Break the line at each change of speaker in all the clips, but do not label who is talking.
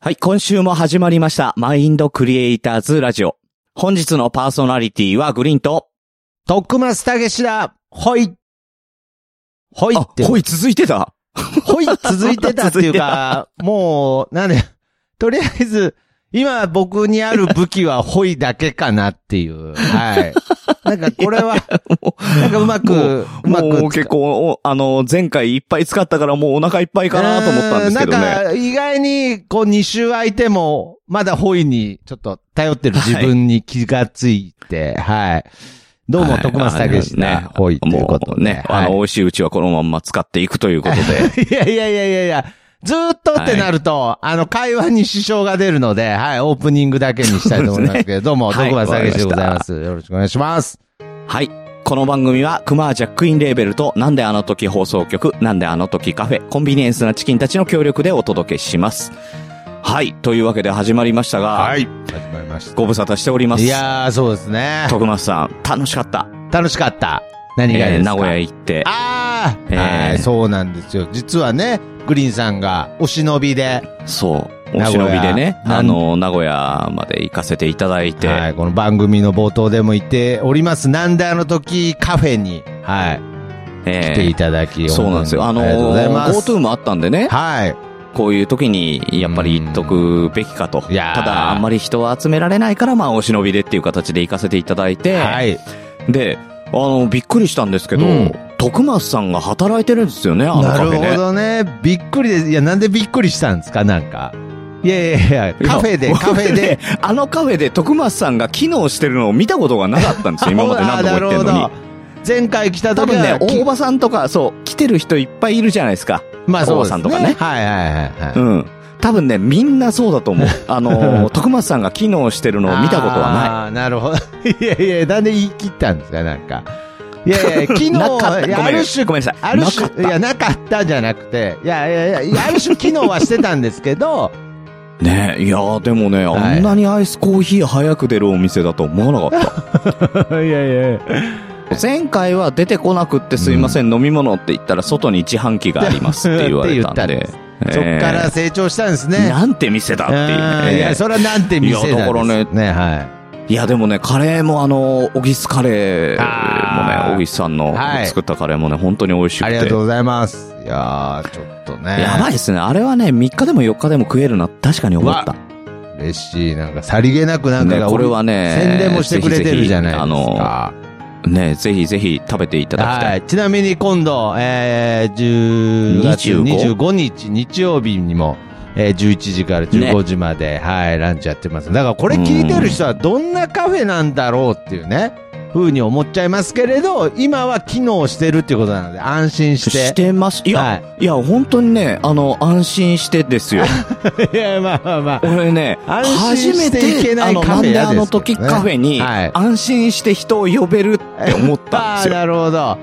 はい、今週も始まりました。マインドクリエイターズラジオ。本日のパーソナリティはグリーンと、
徳松たけしだほいほい
あ
って、、
ほい続いてた
ほい続いて たっていうか、もう、なんで、とりあえず、今僕にある武器はほいだけかなっていう。はい。なんかこ れは、なんかうま
も
く、うまく使。
もう結構、おあの、前回いっぱい使ったからもうお腹いっぱいかなと思ったんですけど
うーん
ね。
なんか、意外に、こう、2周空いても、まだホイに、ちょっと、頼ってる自分に気がついて、はい。どうも、
はい
徳松たけし
あの
な、ホイということ
もう
で。
ね、
はい
あの、美味しいうちはこのまんま使っていくということ で。
いやいやいやいやいや、ずーっとってなると、あの、会話に支障が出るので、はい、オープニングだけにしたいと思いますけれども、
そうですね
どうも、徳
はい
松武でございます。よろしくお願いします。
はい。この番組は、クマージャックインレーベルと、なんであの時放送局、なんであの時カフェ、コンビニエンスなチキンたちの協力でお届けします。はい。というわけで始まりましたが、
い。始まりまし
ご無沙汰しておりま
た。
す。
いやー、そうですね。
徳松さん、楽しかった。
楽しかった。何が
え
で
ー
すか、
名古屋行って。
ああ、
えー
はいそうなんですよ。実はね、グリーンさんがお忍びで、
そう。お
名古屋
忍びでね、
なん
あの、名古屋まで行かせていただいて、
はい、この番組の冒頭でも言っております、なんであの時カフェに、はい、
え
来
ー
ていただき、
そうなんですよ。あ
本
の
当にありがとうございます。
GoTo もあったんでね、
はい。
こういう時に、やっぱり行っとくべきかと。た
いやー
だ、あんまり人は集められないから、まあ、お忍びでっていう形で行かせていただいて、
はい。
で、あの、びっくりしたんですけど、
うん
徳松さんが働いてるんですよね、あの
な
カフ
る
ェ
ほ
ね。
どね。びっくりです。いや、なんでびっくりしたんですかなんか。いやいやいや、カフェ
い
で、
や
カフェで。。
あのカフェで徳松さんが機能してるのを見たことがなかったんで すよ、今まで何度も言ってるの
あな
に
る。ほど前回来た
多
時
分ね
は、、
大場さんとか、そう、来てる人いっぱいいるじゃないですか。
まあそう
大場
です
さんとかね
はいはいはいはい。
うん。多分ね、みんなそうだと 思う。あの、徳松さんが機能してるのを見たことはない。
あーなるほど。いやいや、なんで言い切ったんですか、なんか。いや いや、昨日、い
なかった。
や
ご
あ
めん
る
な
種、
さい。ごめんなさい。
ある
なかっ
種、いや、なかったじゃなくて、いやいやいや、ある種、機能はしてたんですけ ど、
たねえいやーでもね、
はい
あんなにアイスコーヒー早く出るお店だと思わなかっ
いやいや い
た。前回は出てこなくってすいません、飲み物って言ったら外に自販機がありますって言われたん
って言
で
っ。や、そっから成長したんです
えー
ね。
なんて店だっていう
あ
ね。
ーいや、それはなんて店なんです
いやだからね
ね、はい。
いや、でもね、カレーもあの、オギスカレー
あ
も
ー
ね、オギスさんの
はい
作ったカレーもね、本当に美味しく
あ
て。
りがとうございます。いやー、ちょっとね。
やばいですね。あれはね、3日でも4日でも食えるな、確かに思った。
嬉しい。なんか、さりげなくなんか
ね、
が、
これはね、
宣伝もしてくれてるじゃないですか。
ぜひぜひあの、ね、ぜひぜひ食べていただきた。
はいい。ちなみに今度、えー、10月
25?
25日、日曜日にも、えー、11時から15時まで、はい、ランチやってます。だからこれ聞いてる人はどんなカフェなんだろうっていうね、風に思っちゃいますけれど、今は機能してるっていうことなので、安心して。
してます。いや、、
はい
や、本当にね、あの、安心してですよ。
いや、まあまあまあ。
俺ね、
安
初
心
め
してい
て、
けな
あ
い
の、
カ
な
フ
ん
ェ
で
や
あ
で
の
すけどね
時カフェに、
はい
安心して人を呼べるって思ったんで
あ
す
あ、
よ。
なるほど。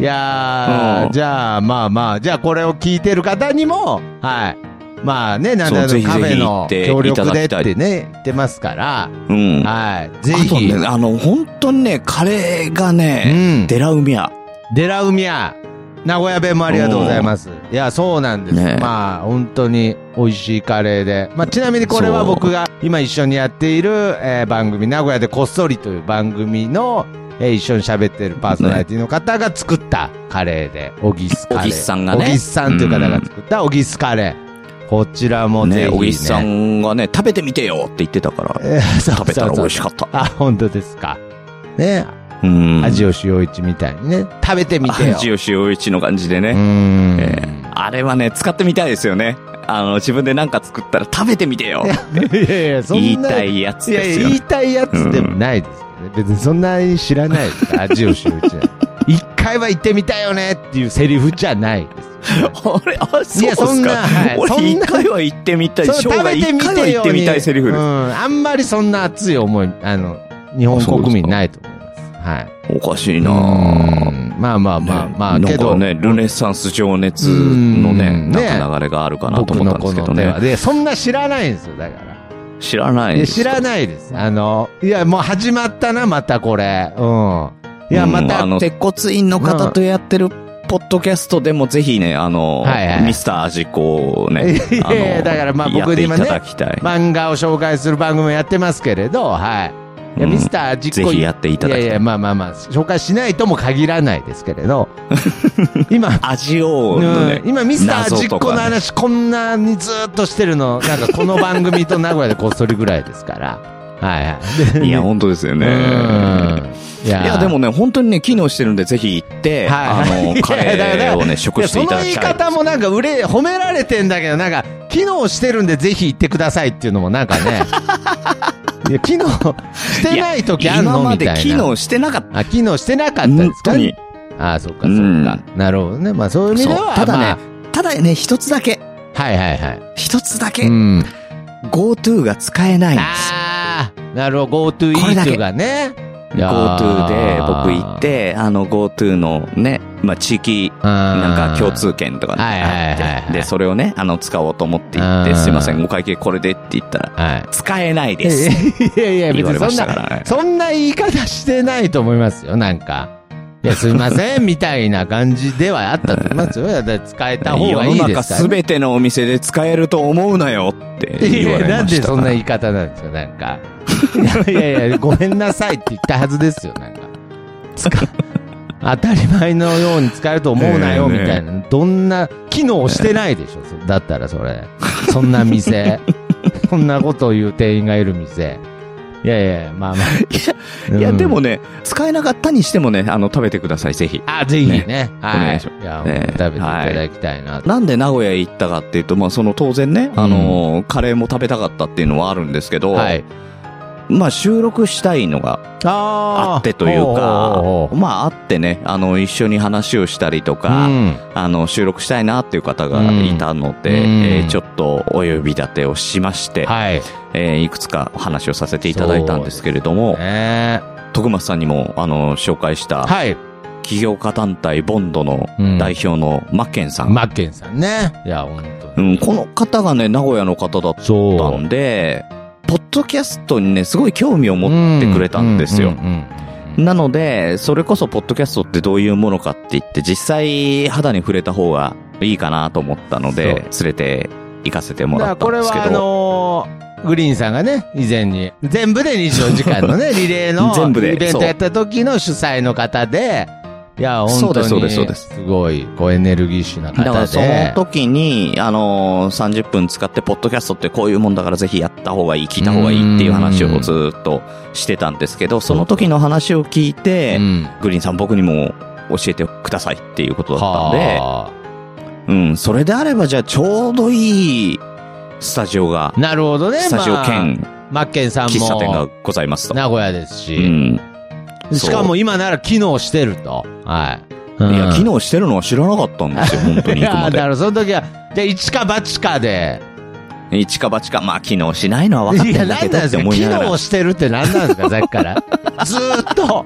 いやー、
うん
じゃあ、まあまあ、じゃあこれを聞いてる方にも、はい。まあね、なんだ
そうぜ
ろ
ひ
カフ
ぜ
ェ
ひ行
の
って
協力で
い
った
だきたい
てね、言ってますから、
うん。あ
はい。ぜ
と
ひ、
ね、あの、本当にね、カレーが
う
ね、
ん。
デラウミア。
デラウミア、名古屋弁もありがとうございます。いや、そうなんです。
ね
まあ、本当に美味しいカレーで。まあ、ちなみにこれは
そう
僕が今一緒にやっている、えー番組、名古屋でこっそりという番組の、えー一緒に喋ってるパーソナリティの方が作ったカレーで、オギスカレー。
オギスさんがね
オギスさんという方が作ったオギスカレー。こちらもぜひ、
ね、
ね。
小木さんがね、食べてみてよって言ってたから、
えーそう
食べたら美味し
い。
かった。
あ、本当ですか。ね、
うん。
味
を
をしよういちみたいにね、食べてみてよ。
味をしよういちの感じでね。
うーん。
えあれはね、使ってみたいですよね。あの、自分でなんか作ったら食べてみてよ。
いやいや、そんな。
言いたいやつ
いや
で
い
す
や、
よ
言。いたいやつでもないですけどね。別にそんなに知らないです。味を知るうちは。一回は行ってみたいよねっていうセリフじゃないですよね。
俺、あ、
い
そうっ
やそ
す
んな
か
はい。そん
俺、
な
一回は行ってみたい。
そ
生
の
涯一回は行ってみたいセリフ
う
で
ん。
す。
あんまりそんな熱い思い、あの、日本国民ないと思います。はい。
おかしいな
う
ぁ。
んまあまあまあまあ、
ね
け
な
ど、
んかね、ルネッサンス情熱のね、
うんね
なんか流れがあるかなと
僕
思っ
の
たんで
こ
すけど
の手は。
ね。
で、そんな知らないんですよ、だから。
知らない
い
で
や
す。
知らないです。あの、いや、もう始まったな、またこれ。うん。いや、ま
うんあ
た、
の、鉄骨院の方とやってるポッドキャストでもぜひね、あの、
はいはい
ミスター味子をね、
いやいや
あの
だからまあ
や
僕
って
で
い
今
た
ね
だきたい。
漫画を紹介する番組もやってますけれど、はい。い
う
や
ん
ミスター実
ぜ
行
ひやっていただきたい。
いやいや、まあまあまあ、紹介しないとも限らないですけ れど、今、
味を、ね
うん今ミスター実
謎と
行
か
の
ね
話、こんなにずーっとして るの、なんかこの番組と名古屋でこっそりぐらいですから。はいは い。
いや、本当ですよね。
うんい
いや、でもね、本当にね、機能してるんで、ぜひ行って、
はい
あの、カ
いやだから
レーをね、食していただ
い
き
やそ
た
の
い。
言い方もなんかうれ褒められてんだけどなんか機能してるんでぜひ行ってくださいっていうのもなんか ねいや機能してない時あん
今
の
ま
みたい
で
な
機能してなかった。
あ機能してなかったで
本
す
当
か
に。
ああそっか
う
そっか、
ん
なるほどねまあそういう意味
そ
で
う
は。
ただ
まあ
ね、ただね、一つだけ、
はいはいはい
一つだけ
う、ん
GoTo が使えないんです。
ああなるほど GoTo イ
これだ
ー
け
トがね
GoTo で僕行って、あの GoTo のね、まあ地域、なん
な
か共通券とかね
はいはいはい
あ
は
って、
い
で、それをね、あの、使おうと思って行っ
う
て、
ん
すいません、お会計これでって言ったら、
はい
使えないで
え
す。
いやいや、別
言われま
に
し
そ
た
ん
からね
な、そんな言い方してないと思いますよ、なんか。いや、すいません、みたいな感じではあったと思いますよ。 だって使えた方がいい
世の
で
中
すから、
すべてのお店で使えると思うなよって
い
言わ
や、
れ
なん
まし
で
た
そ
か
んな
ら。
言い方なんですか、なんか。いやいやいや、ごめんなさいって言ったはずですよ、なんか。使当たり前のように使えると思うなよ、
ね
み
えね
た
え
いな。どんな、機能してないでしょ、そだったらそれ。そん な店。そんなことを言う店員がいる店。いやいや、まあまあ。
いや、
うん
でもね、使えなかったにしてもね、あの、食べてください、ぜひ。
あ、ぜひね。はい。
お願いしま
いや、
ね
本当食べていただきたいなと。
なんで名古屋へ行ったかっていうと、まあ、その当然ね、あのーカレーも食べたかったっていうのはあるんですけど、
はい。
まあ、収録したいのが
あ
あってというか、
おうおうおう
まあ、あってね、あの、一緒に話をしたりとか、
うん。
あの、収録したいなっていう方がいたので、
うん
えーちょっとお呼び立てをしまして、
はい。
えーいくつかお話をさせていただいたんですけれども、
ね
徳松さんにも、あの、紹介した、
はい。
起業家団体ボンドの
うん
代表のマッケンさん。
マッケンさんね。いや、本
う
当
ん、この方がね、名古屋の方だっ
そ
た
う。
んで、ポッドキャストにね、すごい興味を持ってくれたんですよ
う。うんうん
なので、それこそポッドキャストってどういうものかって言って、実際肌に触れた方がいいかなと思ったので、連れて行かせても
だからら
った
こ
ん
れ
ですけ
はあ
ど、
のーグリーンさんがね、以前に、全部で24時間の ね、リレーの、
全部で
イベントやった時の主催の方で、いや、
そ
本
うで
当
すそう
に、
ですそうです
ごい、こうエネルギッシュな方
だ
で。
からその時に、あのー、30分使って、ポッドキャストってこういうもんだからぜひやった方がいい、聞いた方がいいっていう話をずっとしてたんですけど、その時の話を聞いて、
うん、
グリーンさん僕にも教えてくださいっていうことだったんで、
は
うん、それであればじゃあちょうどいいスタジオが
あ、、なるほどね。
スタジオ兼
まあ、マッケンさん
喫茶店が
も、
ございますと。
名古屋です
う
し、
ん。そう
しかも今なら機能してると。はい。
いや、機
能
能してるのは知らなかったん ですよ、本当に行くま
だ
で。
からその時は、じゃあ一か八かで、
一か八か、まあ、機能しないのは分かって
いや、
んだ
な
け
ん
ど
なんで
って
すか
思い
機
ながら
能。してるって何なんですか、さっきから。 ずーっと。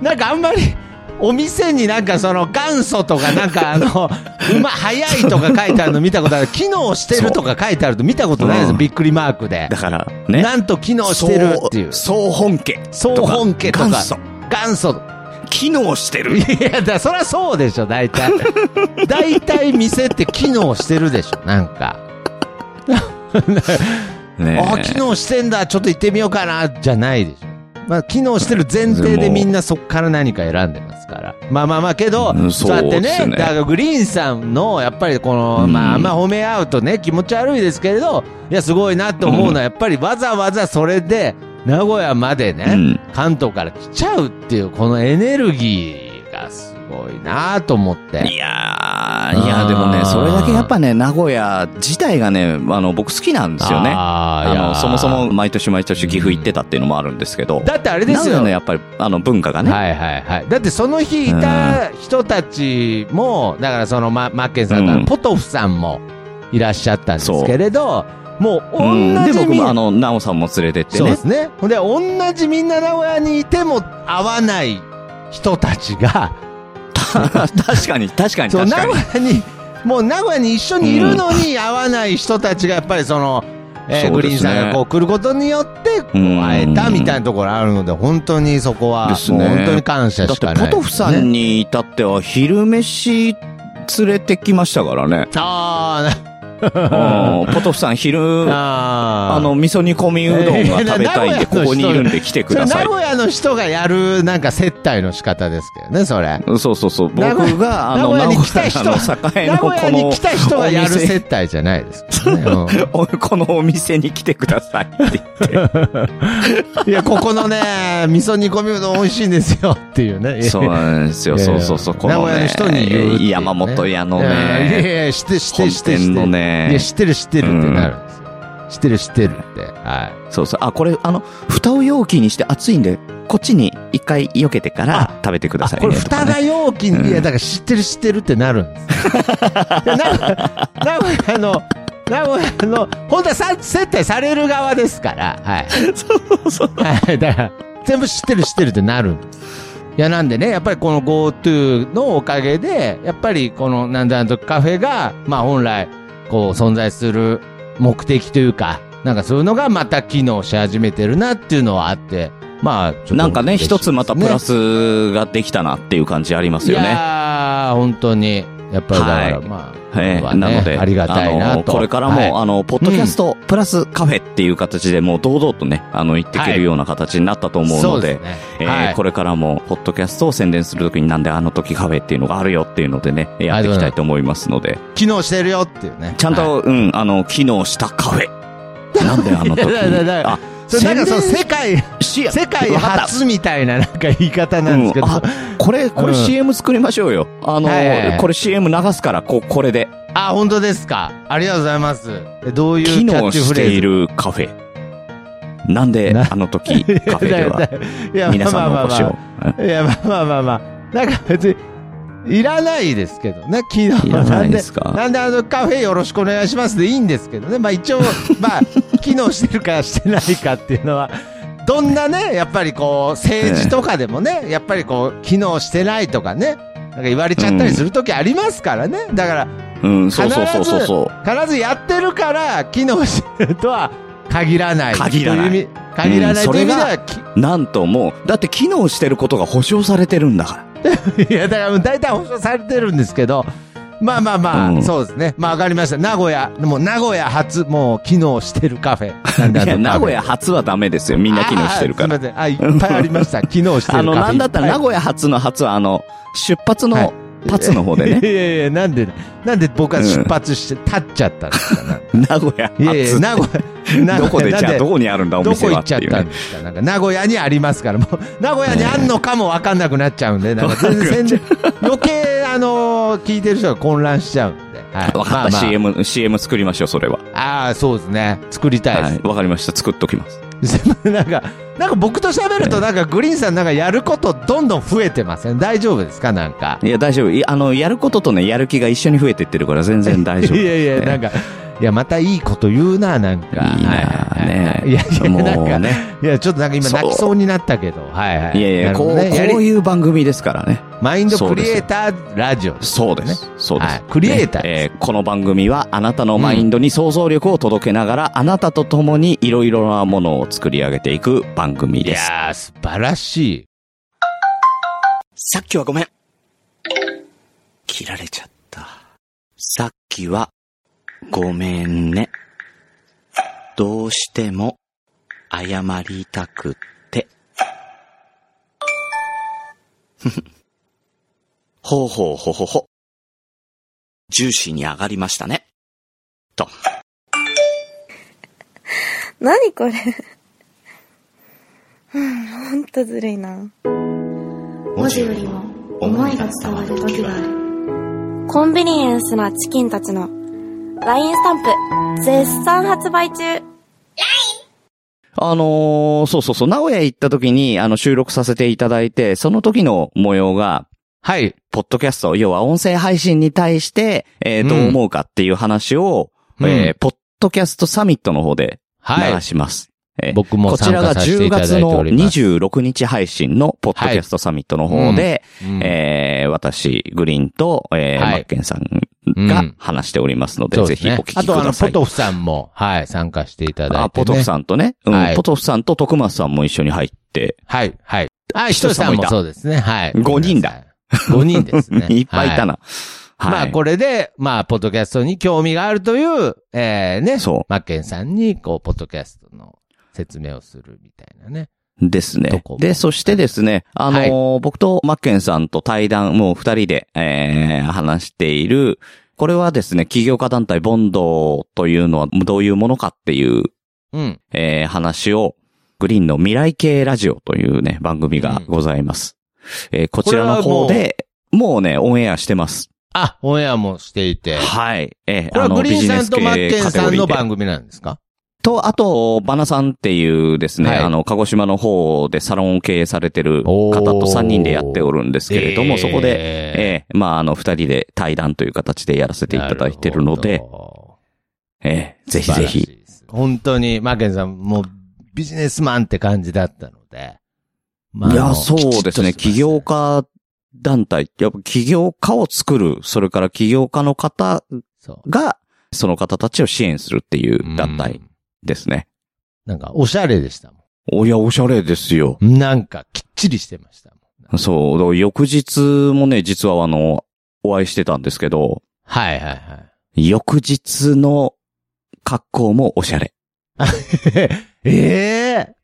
なんかあんまり、お店になんかその元祖とかなんか あの、うま、早いとか書いてあるの見たことある。機能してるとか書いてあると見たことないです
うん
びっくりマークで
だ。から、ね。
なんと機能してるっていう。
総総本家。
総本家とか
元祖。
元祖。
機能してる。
いや、だ、そりゃそうでしょ、大 体。大体店って機能してるでしょ、なんか。
ね
あ、機能してんだ、ちょっと行ってみようかな、じゃないでしょ。まあ、機能してる前提でみんなそっから何か選んでますから。まあまあまあけど、
うん
そうやって
そうです
ね、
ね
だからグリーンさんの、やっぱりこの、
うん
まああんま褒め合うとね、気持ち悪いですけれど、いや、すごいなと思うのは、やっぱりわざわざそれで、名古屋までね、
うん
関東から来ちゃうっていう、このエネルギーがすごいなと思って。
いやー、いや、でもね、
あー
それだけやっぱね、名古屋自体がね、あの、僕好きなんですよね。
あー
あ
いや
の、
ー
そもそも毎年毎年岐阜行ってたっていうのもあるんですけど。
だってあれで
名
す
古屋
よ
の。やっぱり、あの、文化がね。
はいはいはい。だってその日いた人たちも、だからそのママッケンさんとか、
うん
ポトフさんもいらっしゃったんですけれど、もう同
うんで、
じ
僕
みん
も、
な、
あの、ナオさんも連れてって
そうで
ね。
すね。ほんで、同じみんな名古屋にいても会わない人たちが、
確かに、確かに、
そ
確か
う、名
に
古。屋に、もう名古屋に一緒にいるのに会わない人たちが、やっぱりその、えー
そうですね
グリーンさんがこう来ることによって、こ
うん
う会えたみたいなところあるので、本当にそこは、
です
も
ね
う本当に感謝
だっ
してかない、
ポトフさん
ね。
に至っては昼飯連れてきましたから ね。
あー
うんポトフさん昼、あ
な、あー
の、味噌煮込みうどんが食べたいんで、
えー名古屋の人
ここにいるんで来てく
それ
ださ
名
い。
古屋の人がやる、なんか接待の仕方ですけどね、それ。
そうそうそう。僕
名古屋
が、あ
名
の、
古
名
屋
古
に来た
屋
人
の栄
名
のこ
古屋に
の
来た人がやる
お店
接待じゃないですからね。うん
おこのお店に来てくださいって言っ
いや、ここのね、味噌煮込みうどん美味しいんですよっていうね。
て。 そうなんですよ。
いやい
そ
や
うそうそう。こ
名
の
古屋の
ね
人に言うっていうね
山本屋の
いやいやい
ね、
や、知って知って
本
知って知
店
って
の。ね
いや、、知ってる知ってるってなるんですよ。知ってる知ってるって。は
そうそう。あ、これ、あの、蓋を容器にして熱いんで、こっちに一回避けてから食べてくださ
い。
い
こ
ね
れ、
とか
蓋
ね。
が容器
うん
に、いや、だから知ってる知ってるってな るんです。いや名古屋名古屋の、名古屋の、本当はさ接待される側ですから、はい。
そうそう。
はい、だから、全部知ってる知ってるってなるんです。いや、なんでね、やっぱりこの GoTo のおかげで、やっぱりこのなんだなんとカフェが、まあ本来、こう存在する目的というか、なんかそういうのがまた機能し始めてるなっていうのはあって、まあ、ちょっと
なんかね、
嬉しい
一つまたプラ
で
スができたなっていう感じあります
すね。い
よね。
やー、本当に、やっぱりだから、
はい
まあ、
ええ
これはね
なので、
ありがたいな
あの
と。
これからも、
はい
あの、ポッドキャスト、プラスカフェっていう形でもう堂々とね、あの、行っていけ
は
る
い
ような形になったと思う
そ
の
う
で、
すね
えー
はい
これからも、ポッドキャストを宣伝するときになんであの時カフェっていうのがあるよっていうのでね、やっていきたいと思いますので、
機能してるよっていうね。
ちゃんと、
はい
うん、あの、機能したカフェ。なんであの時
いやいやいやいや
あ、
それなんかそう、
宣伝
世界、
しや
世界
わかった
初みたいななんか言い方なんですけど、
うんあこれ、これ
うん
CM 作りましょうよ。あの、
はいはいはい
これ CM 流すから、こう、これで。
あ、本当ですか。ありがとうございます。えどういう
機
キャッ
能
チ
し
フレ
てい
ーズ
るカフェ。なんで、
な
あの時、カフェで は、
いや
皆さん
ま
の
あ
お越しを。うん
まあまあいや、まあまあまあまあ。なんか別に、いらないですけどね、機能
いらないですか
なんで、なんであの、カフェよろしくお願いしますでいいんですけどね。まあ 一応、まあ、機能してるかしてないかっていうのは、どんなね、やっぱりこう、政治とかでもね、やっぱりこう、機能してないとかね、なんか言われちゃったりするときありますからね。だから、
うん、そうそうそうそうそう。
必ずやってるから機能してるとは限らない。
限らない
という意味。限らない
うん
という意味で
それ
は、き
なんともう、だって機能してることが保証されてるんだから。
いや、だからもう大体保証されてるんですけど、まあまあまあ、
うん
そうですね。まあわかりました。名古屋、もう名古屋初、もう機能してるカフェ。なんだ
いや、名古屋
初
初はダメですよ。みんな機能してるから。
すみません。あ、いっぱいありま した。機能してるカ
あ
フェ。
の、なんだったら
い
名
ぱい
古屋初の初は、あの、出発
は
の
い、
パツの方でね。
いやいや、なんで、なんで僕は出発して、立っちゃったんですかなんか
名古屋
いやいや、
初。
名古屋、名古屋
どこで、
なん
じゃあどこにあるんだ、お
ど
店
こ行
は
っ
っ
ち
て
ゃっ
いう
たん
ね。
ですかなんか名古屋にありますから、もう、名古屋にあんのかもわかんなくなっちゃうんで、なんか全然宣伝余計、あのー聞いてる人が混乱しちゃうんで。はい。
わか
ま
った、
あまあ
CM、CM 作りましょう、それは。
ああ、そうですね。作りたい
はい。わかりました、作っときます。
です。 なんか、なんか僕と喋ると、なんかグリーンさんなんかやることどんどん増えてません大丈夫ですかなんか。
いや、大丈夫。いやあの、やることとね、やる気が一緒に増えてってるから、全然大丈夫。
いやいや、なんか、いや、またいいこと言うな、なんか。
いいなあ
はい
ね
いやいや、
もう
なんか、
ね
いや、ちょっとなんか今泣きそうになったけど、はいはい。
いやいや、
なる
こ
ほ
う、
ど
こう
ねやり
いう番組ですからね。
マインドクリエイターラジオです。
そうです。そうです。
はいクリエイター
ね
で
えーこの番組はあなたのマインドに想像力を届けながら、あなたと共にいろいろなものを作り上げていく番組
い
です。
やー、素晴らしい。
さっきはごめん。切られちゃった。さっきは、ごめんね。どうしても、謝りたくって。ふふ。ほうほうほほほ。ジューシーに上がりましたね。と。
何これ うん、ほんとずるいな。
文字よりも思いが伝わる時がある
コンビニエンスなチキンたちの LINE スタンプ絶賛発売中
あのーそうそうそう、名古屋行った時に、あの、収録させていただいて、その時の模様が、
はい。
ポッドキャスト、要は音声配信に対して、えー
うん
どう思うかっていう話を、
うん
えーポッドキャストサミットの方で
は
流
い。
します。えー
僕も
こち
参
らが
加させて
10
いただい
月
て
の
おります。
26日配信のポッドキャストサミットの方で、
うん
えー私、グリーンと、えー
はい
マッケンさん
う
が
ん
話しておりますので、
そう
ぜ
です
ひお
ね
聞きくださ
あ
い。
と、あの、ポトフさんも、はい、参加していただいて、ね。
あ、ポトフさんとね、うん
はい
ポトフさんと徳松さんも一緒に入って、
はい、はい。あ、ひとりさんもそうですね。はい。
五人だ。。
5人ですね
いっぱいいた
は
な。はい。
まあ、これで、まあ、ポッドキャストに興味があるという、えー、ね。
そう
マッケンさんに、こう、ポッドキャストの説明をするみたいなね。
です
ど
ね
こも。
で、そしてですね、あのー僕とマッケンさんと対談、もう二人で、えー、話している、これはですね、起業家団体ボンドというのはどういうものかっていう、
うん。
えー、話を、グリーンの未来系ラジオというね、番組がございます。えーこちらの方
これ
で、もうね、オンエアしてます。
あ、オンエアもしていて。
はい。えー、
これは
あの
グリーンさんとマッ
ビジネ
ケン
ス系
さ
カテゴ
んの
リーで
番組なんですか
と、あと、バナさんっていうですね、
はい
あの、鹿児島の方でサロンを経営されてる方
お
と
ー
3人でやっておるんですけれども、そこで、
で、
ええまあ、あの、2人で対談という形でやらせていただいてるの
な
で
る、ほ
ええ
ど
ぜひぜ。
素晴らし
ひ。
いです本当に、マッケンさん、もう、ビジネスマンって感じだったので。ま
い
ああ
や、
の
そうですね、起
きちっとしてます
業家団体、やっぱ起業家を作る、それから起業家の方
そう。
が、その方たちを支援するっていう団
う
体
ん
ですね。
なんか、おしゃれでしたも
おや、おしゃれですよ。
ん。なんか、きっちりしてましたもん。
そう、だから翌日もね、実はあの、お会いしてたんですけど、
はいはいはい。
翌日の格好もおしゃれ。
ええ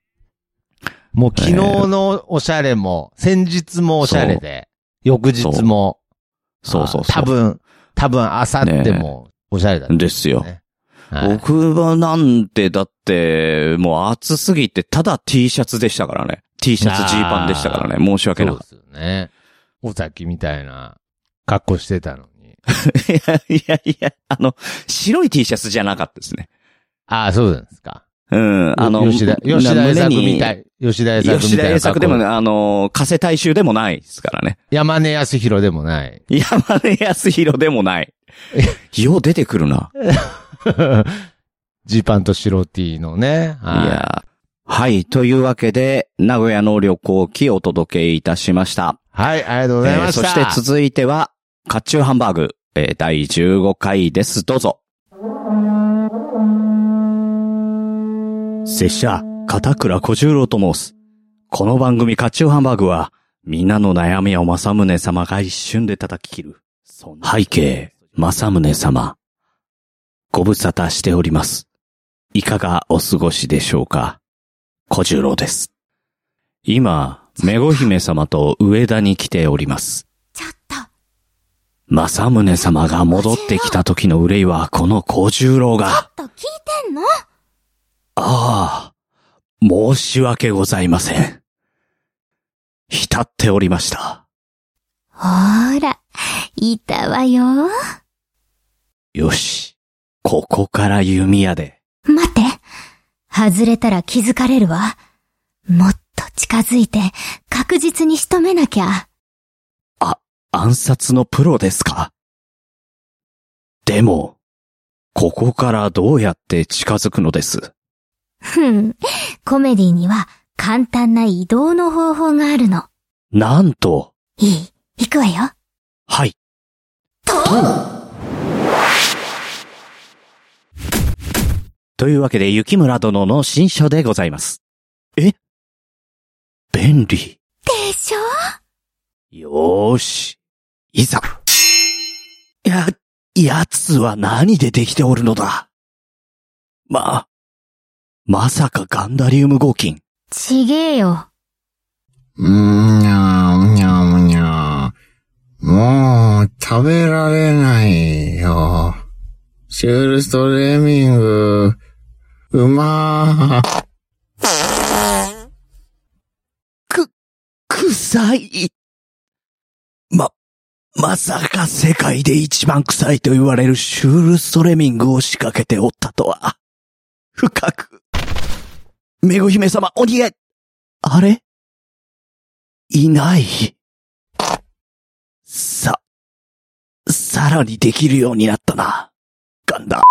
もう昨日のおしゃれも、先日もおしゃれで、翌日も、
そうそうそう。
あ多分、多分明後日もおしゃれだった、
ですよ。
はい
僕はなんて、だって、もう暑すぎて、ただ T シャツでしたからね。T シャツ、ジーパンでしたからね。申し訳な
そう
か
ですよね。尾崎みたいな格好してたのに。
った。いやいやいや、あの、白い T シャツじゃなかったですね。
ああ、そうなんですか。
うん、あの、
吉田、
な
吉田栄
胸
作
に
みたい。吉田栄作みたいな格好。
吉田栄作でもね、あの、加瀬大衆でもないですからね。
山根康弘でもない。
山根康弘でも ない。よう出てくるな。
ジーパンと白 T のね。はい
いやーはい。というわけで、名古屋の旅行記をお届けいたしました。
はい、ありがとうございました。
えーそして続いては、カチューハンバーグ、えー第15回です。どうぞ。拙者、片倉小十郎と申す。この番組カチューハンバーグは、皆の悩みを正宗様が一瞬で叩き切る。背景、正宗様。ご無沙汰しております。いかがお過ごしでしょうか小十郎です。今、めご姫様と上田に来ております。
ちょっと、
正宗様が戻ってきた時の憂いはこの小十郎が。
と聞いてんの
ああ、申し訳ございません。浸っておりました。
ほーら、いたわよ。
よし。ここから弓矢で。
待って。外れたら気づかれるわ。もっと近づいて、確実に仕留めなきゃ。
暗殺のプロですかでも、ここからどうやって近づくのです
ふん。コメディには簡単な移動の方法があるの。
なんと、
いい行くわよ。
はい。というわけで、雪村殿の新書でございます。え便利。
でしょ
よーし。いざ。や、やつは何でできておるのだまあ、まさかガンダリウム合金。
ちげえよ。
んにゃんにゃんにゃん。もう、食べられないよ。シュールストレーミング、うまー。
臭い。ま、まさか世界で一番臭いと言われるシュールストレミングを仕掛けておったとは。深く。めご姫様、お逃げ。あれいない。さ、さらにできるようになったな。ガンダ。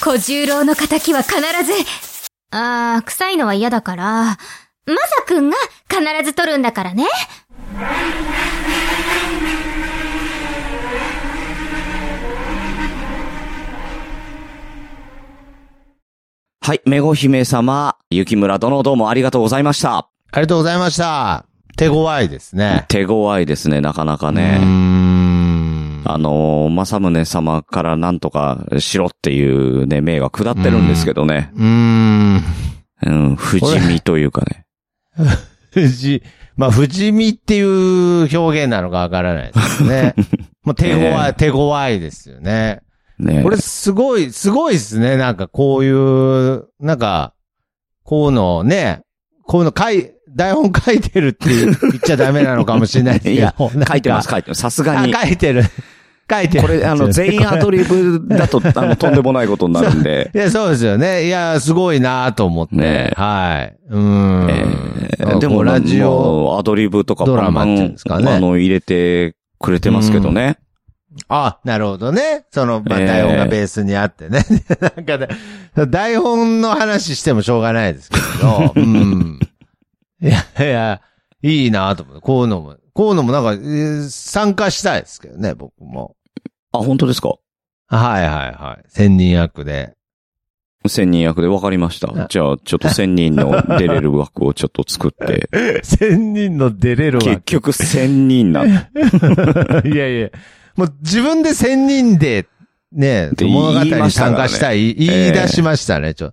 小十郎の仇は必ず。あー、臭いのは嫌だから。まさくんが必ず取るんだからね。
はい、メゴ姫様、雪村殿どうもありがとうございました。
ありがとうございました。手強いですね。
手強いですね、なかなか
うー
ね。
ん。
あのー、正宗様からなんとかしろっていうね、命が下ってるんですけどね。
うーん。
うん、不死身というかね。
不死、まあ、不死身っていう表現なのかわからないで すね。もう手強
え
い、手強いですよね。
ね
これすごい、すごいですね。なんかこういう、なんか、こうのね、こういうの書い、台本書いてるって 言っちゃダメなのかもしれないです
い
け
や
ど。
書いてます、
か
書いてます。さすが
あ、
に。
書いてる。書いてる。
これ、あの、 全員アドリブだと、あの、とんでもないことになるんで。
いや、そうですよね。いや、すごいなと思って。
ね
はい。うーん。
え
あ
ーで
こ
も、
う
ラ
ラ
ジ
ジオ。
オ、アドリブとか
ド
バ
ラ
ンバ
マっていうん
ン
ですかね
あの、入れてくれてますけどね。
あ、なるほどね。その、まあ
ええ
台本がベースにあってね。 なんかね、台本の話してもしょうがないですけど。うん。いや、いや、いいなと思って。こういうのも、こういうのもなんか、えー参加したいですけどね、僕も。
あ、本当ですか
はいはいはい。千人役で。
千人役で分かりました。じゃあ、ちょっと千人の出れる枠をちょっと作 って。
千人の出れるわけ
結局千人なんだ
いやいや、もう自分で千人で、ね、
て言い
物語
ま
に
したからね
参加したい、言い出しましたね、ちょ。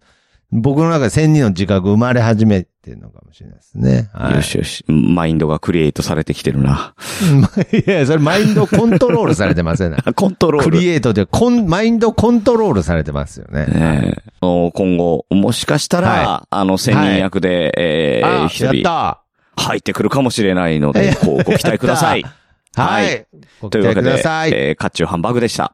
僕の中で千人の自覚生まれ始めてるのかもしれないですね。はい。
よしよし。マインドがクリエイトされてきてるな。
いや、それマインド コントロールされてませんね。
コントロー
ク
ル。
リエイトでコン、マインドコントロールされてますよね。
ねえあの今後、もしかしたら、
は
あの、千人役で、えー
あ、
一
やっ
人
た
入ってくるかもしれないので、こうご期待くだ さい。は
はいい。ご
とい
期
うわけ
待く
で、
ださい。
えー、カッチューハンバーグでした。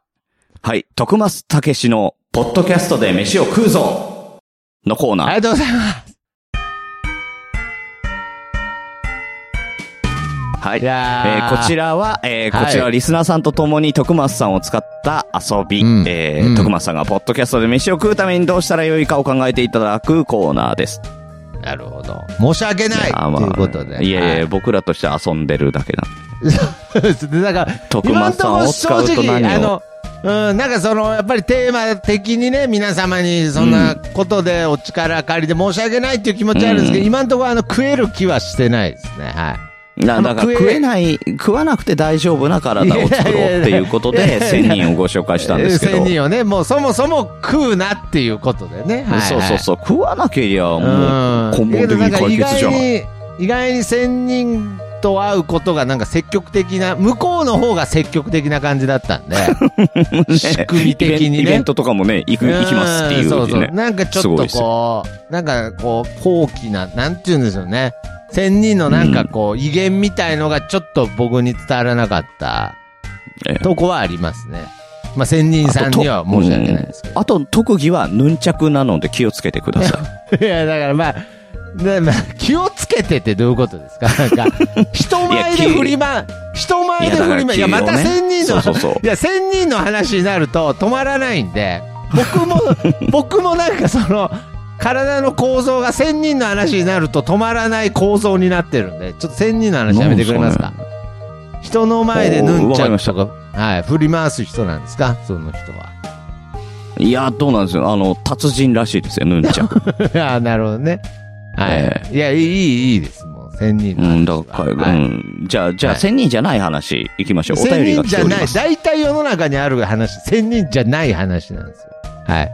はい、徳松たけしの、ポッドキャストで飯を食うぞのコーナー。
ありがとうございます。
はい
い。や
えー
ー
こちらは、えー
はい
こちらはリスナーさんと共に徳松さんを使った遊び、
うん
えー
うん
徳松さんがポッドキャストで飯を食うためにどうしたらよいかを考えていただくコーナーです。
なるほど。申し訳ない
あーま
と
あ
いうことで。
いやいや、
は
僕らとしては遊んでるだけだ。
そうですね。だから、
徳松さんを使うと
今の
何を
ところ正直、あの、うん、なんかその、やっぱりテーマ的にね、皆様にそんなことでお力借りて申し訳ないっていう気持ちはあるんですけど、
うん
今のところあの、食える気はしてないですね。はい。
なだから
食え
食えない、食わなくて大丈夫な体を作ろうっていうこと
いやいや
で、
いや
1000人をご紹介したんですけ ど。
仙人をね、もうそもそも食うなっていうことでね。はい、
そうそうそう。食わなけりゃ、も
う
う、
ん
根本的に解決じゃ
だけどなんか意
ん。
外に、意外に仙人と会うことがなんか積極的な、向こうの方が積極的な感じだったんで、仕組み的に
イベンイベ
ね
ン。トとかもね、行く、行きますっていうね。
うんそうそう。なんかち
す
ょ
ご
っ
い
と
ですよ
こう、なんかこう、高貴な、なんて言うんでしょうね。仙人のなんかこう、威厳みたいのがちょっと僕に伝わらなかった
ええ
とこはありますね。まあ、仙人さんには申し訳ないですけど。
あと、特技はヌンチャクなので気をつけてください。
いや、だからまあ、ねまあ、気をつけてってどういうことで すかなんか、人前で振りま、人前で振りま、
い
い
や
や、
だ
ま
から
た仙人の、
そうそうそう
いや、仙人の話になると止まらないんで、僕も、僕もなんかその、体の構造が仙人の話になると止まらない構造になってるんで、ちょっと仙人の話やめてくれますか人の前でヌンチャクとか、はい、振り回す人なんですかその人は。
いや、どうなんですよ。あの、達人らしいですよ、ヌンチャク。
ああ、なるほどね。はい。
え
いや、いい、いいです。もう、千 人
う
の話
ん、だか
は
ら、
はい
うん。じゃあ、じゃあ、
はい
千人じゃない話、行きましょう。お便
千
り
人
が来
じ
て
ゃ
おり
ない
ま。す。
大体世の中にある話、千人じゃない話なんですよ。はい。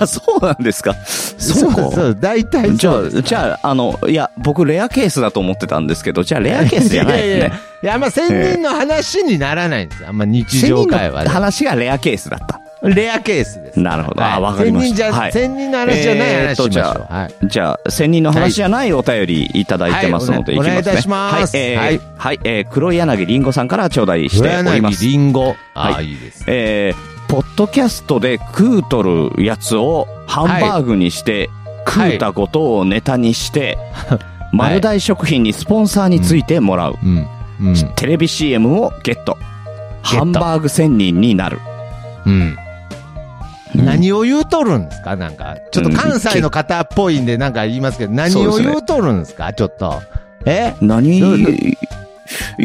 あ、そうなんですか。そう
そうそ
か。
う、大体
じゃ
そう
あ、
です
じゃあ、あの、いや、僕、レアケースだと思ってたんですけど、じゃあ、レアケースじゃない
い
で
やい
す
や
ね。
いや、あんま千人の話にならないんですよ。あんま日
千
常
人
会話
の
で。
話がレアケースだった。
レアケースです。
なるほど。
は
あ、
い
わかりました。はい。
千人じゃ、千人の話じゃない
えーっ
話
と
しましょ
じゃ
う。はい。
じゃあ、仙人の話じゃないお便りいただいてますので、い、き
はい
ますね。
お願いいたします
はい、えーは
はいい、
えー黒柳りんごさんから頂戴しております。
りんご。あ
は
あ、いいですね。
えーポッドキャストで食うとるやつをハンバーグにして、
はい
食うたことをネタにして、丸大食品にスポンサーについてもらう。
うん。うん。
テレビ CM をゲット。ハンバーグ仙人になる。
うん。
うん
何を言うとるんですかなんか、ちょっと関西の方っぽいんでなんか言いますけど、何を言うとるんですかちょっと。え
何
どうどう
い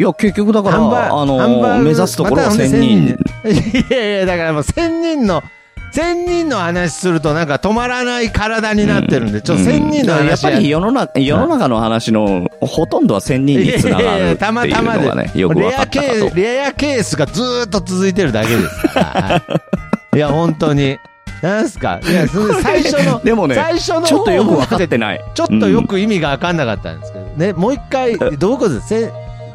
や、結局だから、
ハンバー
あの
ハンバーグ
目指すところは仙人。
またほんで仙人いやいや、だからもう仙人の千人の話するとなんか止まらない体になってるんで、ちょっと千人の
うんやっ
話
ぱり世の中、世の中の話のほとんどは1000人につながるっていう
たま
の
たまで
がね、よく分
レ
か
ア
った
ケ
か
ース、
と。
レアケースがずーっと続いてるだけですから。 はいいや、本当に。なんすかいや、それ最初 の、
でもね
最初の方
ちょっとよく分かってない。
ちょっとよく意味が分かんなかったんですけど、ね、もう一回、どういうことですせ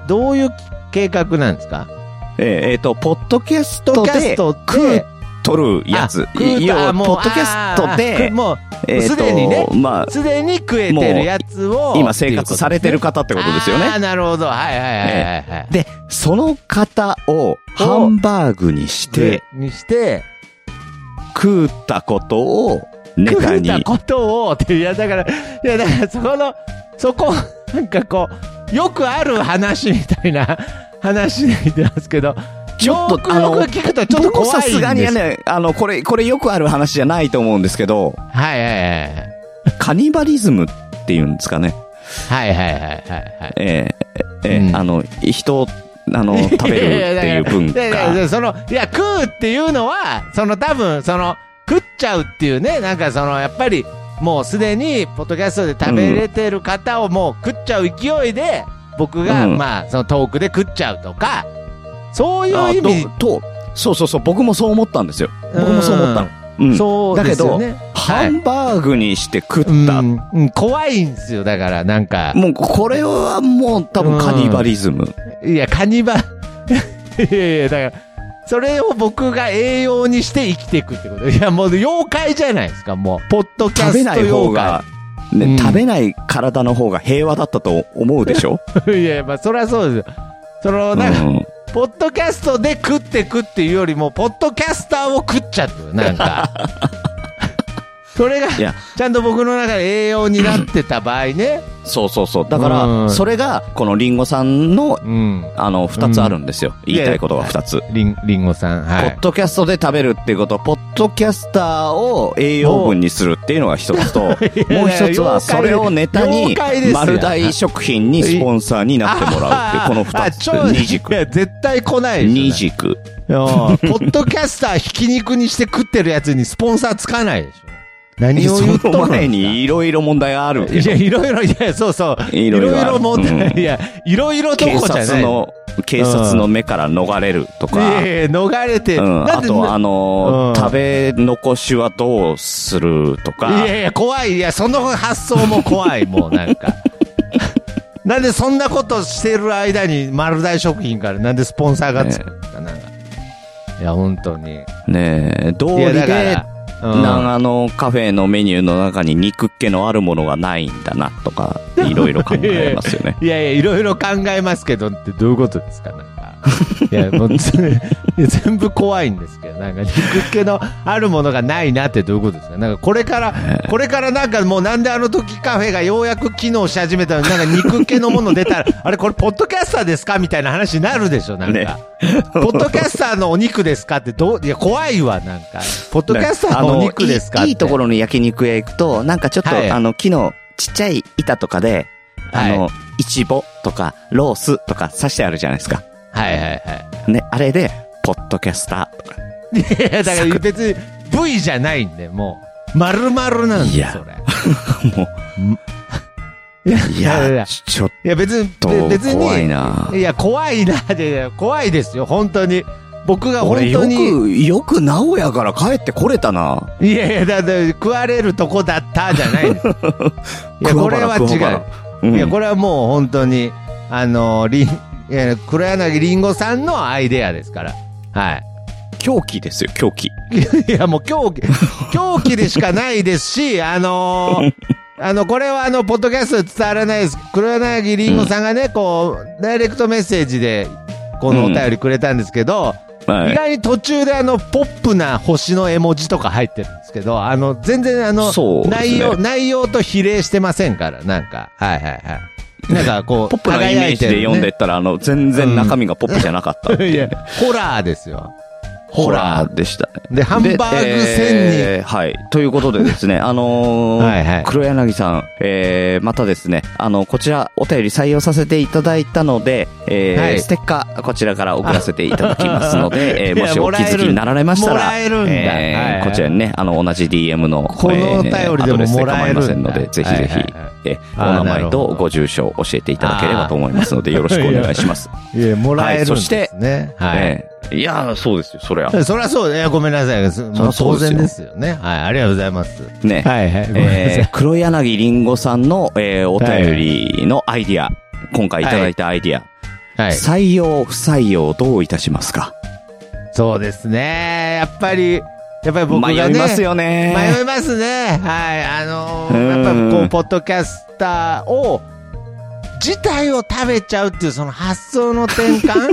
どういう計画なんですか
うん。えーえーと、ポッドキャスト
ポッドキャ
で
スト
食う、取るやつ
あ。食うと
要
あ
は、
もう
ポッドキャスト
あー
で
く、も
えーと
すでにね
まあ
う、、すでに食えてるやつを。
今生活されてる方ってことですよ
ああー、
ね。
なるほど。はいはいはいはいはい。
で、その方をハンバーグにして、
にして、
食ったことをネ
食
タ
え
に。
たことを、って、いや、だから、いや、だから、そこの、そこ、なんかこう、よくある話みたいな話になってますけど、
ちょっと
よくよく聞くとちょっと怖いん
僕さ
です
すがにね、あの、これ、これよくある話じゃないと思うんですけど、
はいはいはいはい。
カニバリズムっていうんですかね。
はいはいはいはいはい。
ええええ
うん
あの、人を、あの、食べるっていう文
いやいやい
化。
やその、いや、食うっていうのは、その多分、その、食っちゃうっていうね、なんかその、やっぱり、もうすでに、ポッドキャストで食べれてる方をもう食っちゃう勢いで、僕が、
うん
まあ、その遠くで食っちゃうとか、そうい
あ
う意味、
と、とそうそうそう、僕もそう思ったんですよ。僕もそう思ったの。うん
そうですよね。
だけど、ハンバーグにして食っ
うん
た。
うん、怖いんですよ、だから、なんか、
もう、これはもう多分カニバリズム。
いや、カニバ、 いやいや、だから、それを僕が栄養にして生きていくってこと。いや、もう妖怪じゃないですか、もう。ポッドキャ
食べ
スト
ない
妖
方が
怪。、
ね
うん
食べない体の方が平和だったと思うでしょ、
いや、まあ、そりゃそうですよ。その、
う
なんか、
ん、
ポッドキャストで食って食っていうよりも、ポッドキャスターを食っちゃってる、なん か。それが、
いや
ちゃんと僕の中で栄養になってた場合ね。
そうそうそう。だか
う
ら、
ん
それが、このリンゴさんの、
うん。
あの、二つあるんですよ。言いたいことが二つ。
りん、りんごさん、は
ポ
い
ッ。ドキャストで食べるっていうこと、ポッドキャスターを栄養分にするっていうのが一 つと、もう一つは、それをネタに
妖怪です、よ
丸大食品にスポンサーになってもらうっていう、この
あ
二つ
ちょ。
二
い
軸。
や、絶対来ないですよ
二軸。
いやーポッドキャスターひき肉にして食ってるやつにスポンサーつかないでしょ。何を
そ
言っとるんです
の
か
前にいろいろ問題がある
いや、いろいろ、いや、そうそう。
い
い
ろい
ろい
ろある
ろ問題、
うん
いや、いろいろど
警
こじゃな
察
い。
の、警察の目から逃れると
い
か。
やいや逃れて、
うん、
だ
あ
って
と、あのー
うん
食べ残しはどうするとか、
いやいや、怖い。いや、その発想も怖い、もうな んか。なんでそんなことしてる間に丸大食品からなんでスポンサーがつくんですか、なんか。いや、本当に。
ねえ、どうり
いや、だか
で、
ら。うん。
長野カフェのメニューの中に肉っ気のあるものがないんだなとか、いろいろ考えますよね
いやいや、いろいろ考えますけどってどういうことですかなん か。いや、もうついや全部怖いんですけど、なんか肉気のあるものがないなってどういうことですかなんかこれから、これからなんかもうなんであの時カフェがようやく機能し始めたのになんか肉気のもの出たら、 あれこれポッドキャスターですかみたいな話になるでしょなんか。
ね
ポッドキャスターのお肉ですかってどう、いや怖いわ、なんか。ポッドキャスターのお肉ですかっ
あの
て
いいいいところの焼肉屋行くと、なんかちょっと、
はい
あの、木のちっちゃい板とかで、あの、
はい
ちごとか、ロースとか刺してあるじゃないですか。
はいはいはい。
ね、あれで、ポッドキャスターとか。
いや、だから別に V じゃないんで、もう。丸々なん
い
で
や
す、それ。
もう。いや、い
いやい
や、
や
ちょっ
いや、別に、
と
べ別に。
怖いな。
いや、怖いな。いやいや怖いですよ、本当に。僕が本
俺よ
当に。
く、よく名古屋から帰ってこれたな。
いやいや、だって食われるとこだったじゃ ないんです。いや、これは
桑
違
原
う。
うん
いや、これはもう本当に、あの、りん、いや、黒柳りんごさんのアイデアですから。はい。
狂気ですよ、狂気。
いや、もう狂 気、狂気でしかないですし、あの ーあの、これはあの、ポッドキャストで伝わらないです。黒柳りんごさんがね、こう、ダイレクトメッセージで、このお便りくれたんですけど、
は
意外に途中であの、ポップな星の絵文字とか入ってるんですけど、あの、全然あの、
そうですね
内容、内容と比例してませんから、なんか、はいはいはい。なんかこう、
ポップなイメージで読んで
輝いてるね
ったら、あの、全然中身がポップじゃなかった。
いや、ホラーですよ。
ホラーでしたね。
で、ハンバーグ仙人。
えーはい。ということで ですね、あのー
はいはい
黒柳さん、えーまたですね、あの、こちらお便り採用させていただいたので、えー
はい
ステッカー、こちらから送らせていただきますので、え ー
いや
もしお
もら
気
える
づきになられましたら、
もらえるんだ
えー
はいはい
こちらにね、あの、同じ DM の、
このお便りでも
アドレス構いませんの
もら
で、
えるんだ
ぜひぜひ、
はいはいはい
え
あー
ーお名
なるほ
前
ど
とご住所を教えていただければと思いますので、よろしくお願いします。
いや、もらえるん
はいそ
で
し
す
て
ね。はい。
えーいやー、そうですよ、そ りゃ。
そりゃそうだよ。ごめんなさい。もう当然ですよね。はい。ありがとうございます。
ね。
はいはい。ごめんなさ
えー
い。
黒柳りんごさんの、えーお便りのアイディア、今回いただいたアイディア、
はい。
採用、不採用、どういたしますか
そうですね。やっぱり、やっぱり僕が
迷
ね。
いますよね。
迷いますね。はい。あの
う
ー、
ん
やっぱこう、ポッドキャスターを、自体を食べちゃうっていうその発想の転 換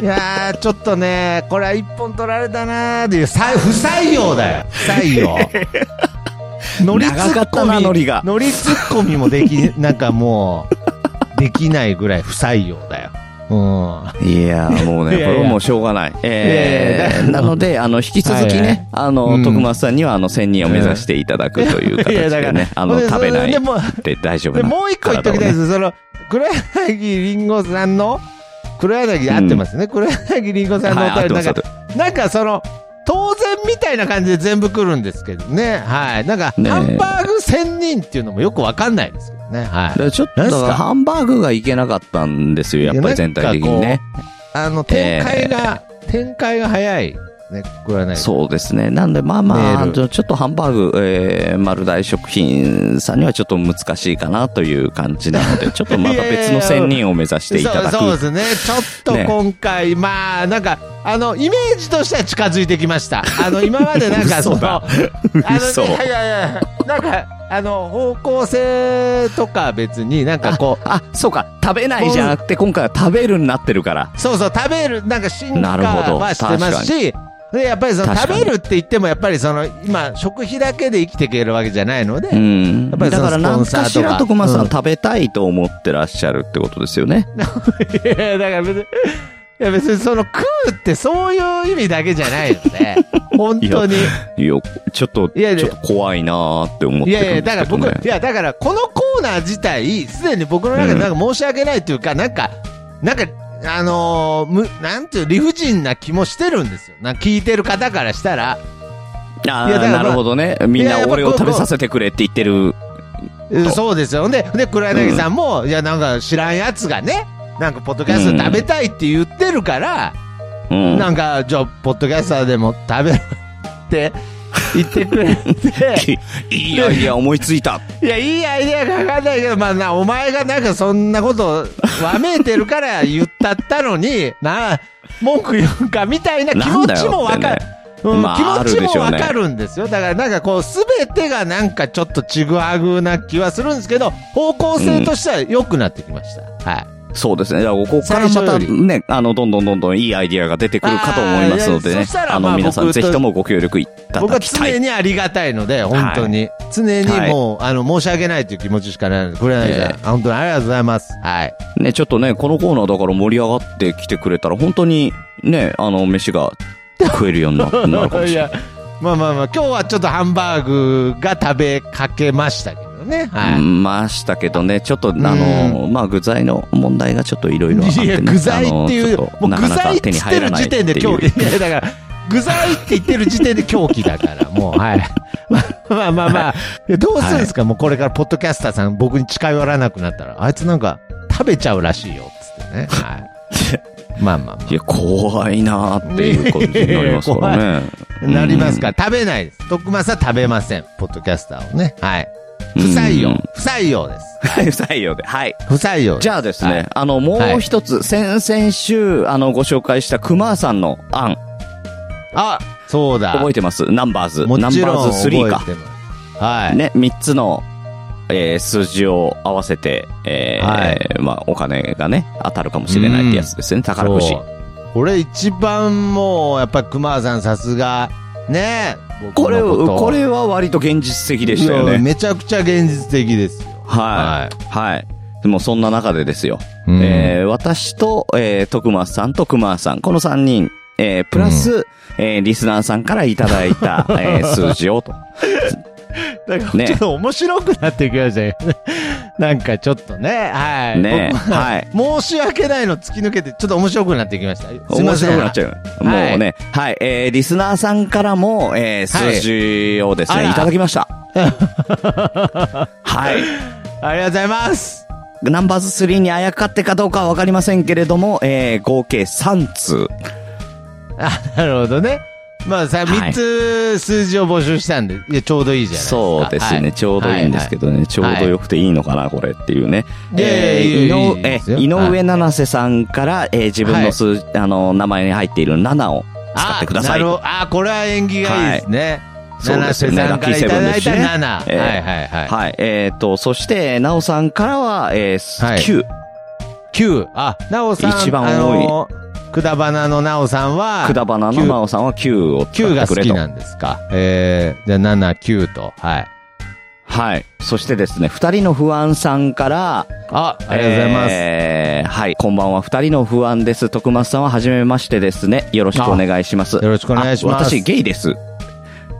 いやー、ちょっとね、これは一本取られたなーっていう、さ不採用だよ。不採用。ノリ ツ
長か
ッ
っ
コ
たな
ミ。
ノリが
ノリツッコミもでき、なんかもう、できないぐらい不採用だよ。うん。
いやーもうね、 こ
いやいや
れはもうしょうがない。
いやいやだ
え
か
ー
ら
なので、あの、引き続き
はいはい
ね、あの
うん、
徳松さんには、あの、1000人を目指していただくという形
いやだ
で
から
ね、 あの、
で
食べない
でも
で大丈夫
で
な。
もう一個言っときたいです、その黒柳りんごさんの黒柳で合ってますね、黒柳りんごさんのお
はい合って
便り、
ます
なんかなんかその当然みたいな感じで全部来るんですけどねはいなんか、
ねえ
ハンバーグ仙人っていうのもよくわかんないですけどね
だ
は
か
い
らちょっと、
なん
だ
すか
からハンバーグがいけなかったんですよ、やっぱり全体的に
いやなん
ね
か。あの展開が、展開が早いですね黒柳う
そうですね。なんで、まあま
メ
あ、
ー
ちょっとハンバーグ、えー、丸大食品さんにはちょっと難しいかなという感じなの で、ちょっとまた別の仙人を目指していただく。
そうそうですねちょっと
ね
今回、まあなんかあのイメージとしては近づいてきましたあの今までなんかそ
嘘
の
だ
あ
嘘
のね、いやいやいや、なんか、あの、方向性とか別になんかこ
あ、そうか。食べないじゃなくて、今回は食べるになってるから。
う、そうそう、食べる、なんか進化
なるほど
はしてますし、で、やっぱりその
確かに
食べるって言っても、やっぱりその、今、食費だけで生きていけるわけじゃ ないので、
うん。
やっぱりそ
だ
の
から、なん
スポンサーと
か
か
しら徳間さ
うん
ん食べたいと思ってらっしゃるってことですよ ね。
いや、だから別に、いや別にその食うってそういう意味だけじゃない ので、本当に。
いや、ちょっと、
いやいや
ちょっと怖いなーって思っ
い
てる
や
ん
いや、
で
だ
す
か
け
ら
ど
僕、
ね
い。や、だから、このコーナー自体、すでに僕の中でなんか申し訳ないというか、なんか、なんか、あのーむ、なんていう、理不尽な気もしてるんですよ。なんか聞いてる方からしたら、
あ
いやだ
ー
か
な
ら
るほどね。みん
いや
な
やっぱ
俺を
こう
食べさせてくれって言ってる。
うんそうですよ。で、で、黒柳さんも、いや、なんか知らんやつがね、なんか、ポッドキャスト食べたいって言ってるから、
うん。
なんか、じゃあ、ポッドキャスターでも食べろって言ってく れて、
いやいや、思いついた。
いや、いいアイデアかかんないけど、まあな、お前がなんかそんなこと、わめいてるから言ったったのに、な、文句言うんかみたいな気持ちもわ
な
か
んだよっ
る
て。
うん
まあ
気持ちもわ
あるでしょうね
かるんですよ。だからなんかこう、すべてがなんかちょっとちぐはぐな気はするんですけど、方向性としては良くなってきました。はい。
そうですね。だからここからまた
最初よ
ね、あの、どんどんどんどんいいアイディアが出てくるかと思いますので
あーいや
ね
そした。ら
あ
ま
の、
あ
皆さん
僕と
ぜひともご協力いた
僕
だ
は
きた
常
い。
にありがたいので、本当に。常にもう、あの、申し訳ないという気持ちしかないので、これは、
え
本当にありがとうございます。はい。
ね、ちょっとね、このコーナーだから盛り上がってきてくれたら、本当にね、あの、飯が食えるよ うにななるかもしれない。
やまあまあまあ今日はちょっとハンバーグが食べかけましたけどねはい、
ましたけどね、ちょっと、あの、まあ、具材の問題がちょっといろいろあってね、
いや具材っていう
あのちょっ
も
と
う
な
具
かな
材
か
っ
手
て
に
言って
入
る
らない
時
って
点で
い
狂
う
気いやだから具材って言ってる時点で狂気だからもうはいまあまあ まあいやどうするんですか、もうこれからポッドキャスターさん僕に近寄らなくなったらあいつなんか食べちゃうらしいよっつってね はいまあまあま
いや、怖いなーっていう感じになりますからね
あ。なります
か
から食べないです徳間さん食べませんポッドキャスターをねはい不
うん
採用不採用で す
ら。不採用で。はい。
不採用
じゃあですね、
はい
あの、も
はいう
一つ、先々週、あの、ご紹介した熊さんの案、
あそうだ
覚えてますナンバーズ。
も
ナン
ちろ
バー
ん
ズ3か。
覚えてますはい、
ね、3つの、えー数字を合わせて、えー
はい
まあ、お金がね、当たるかもしれないってやつですね、宝くじ
そ。うこれ一番もうやっぱ熊さんさすがね
これ、
僕のと
これは割と現実的でしたよ
いや
ね。
めちゃくちゃ現実的ですよ
はい。はい。でもそんな中でですよ。
うん
えー私と、えー、徳松さんと熊さん、この3人えープラス、えーリスナーさんからいただい た、えー数字をと。
なんか
ね
ちょっと面白くなってきましたよね。なんかちょっとね、はい。
ね
僕は
はい
申し訳ないの突き抜けて、ちょっと面白くなってきました。すいません。
面白くなっちゃうよ。もう
はい
ね、はい、えーリスナーさんからも、えー数字をですね、
はいあら
い、ただきま した。はい。
ありがとうございます。
ナンバーズ3にあやかってかどうかはわかりませんけれども、えー合計3通。
あ、なるほどね。まあ
は
さ、
い
3つ数字を募集したんで、いや、ちょうどいいじゃないですか。
そうですね、
はい
ちょうどいいんですけどね、ちょうどよくていいのかな、これっていうね。
いやい
井
やいやいい
上
で
え
すよ
井上七瀬さんから、えー自分の数、あの、名前に入っている7を使ってください
あなる
と。
ほどあ、これは縁起がいいですね。
そう
七
です
瀬
よね
さんからいただいた
ラ
7。
ッキーセブンですしねえー
はいはいはい。
はい。えっ、と、そして、なおさんからは、えー
はい
9。
9。あ、なおさん。
一番多い
あのくだばなのなおさんは、
くだばなのなおさんは9を使
9
っ
が
て
好
くれ
き
と。
なんですか。えー、じゃあ7、9と。はい。
はい。そしてですね、二人の不安さんから、
あ、ありがとうございます。
えーはい。こんばんは、二人の不安です。徳松さんは、はじめましてですね。よろしくお願いします。
よろしくお願いします
あ私、ゲイです。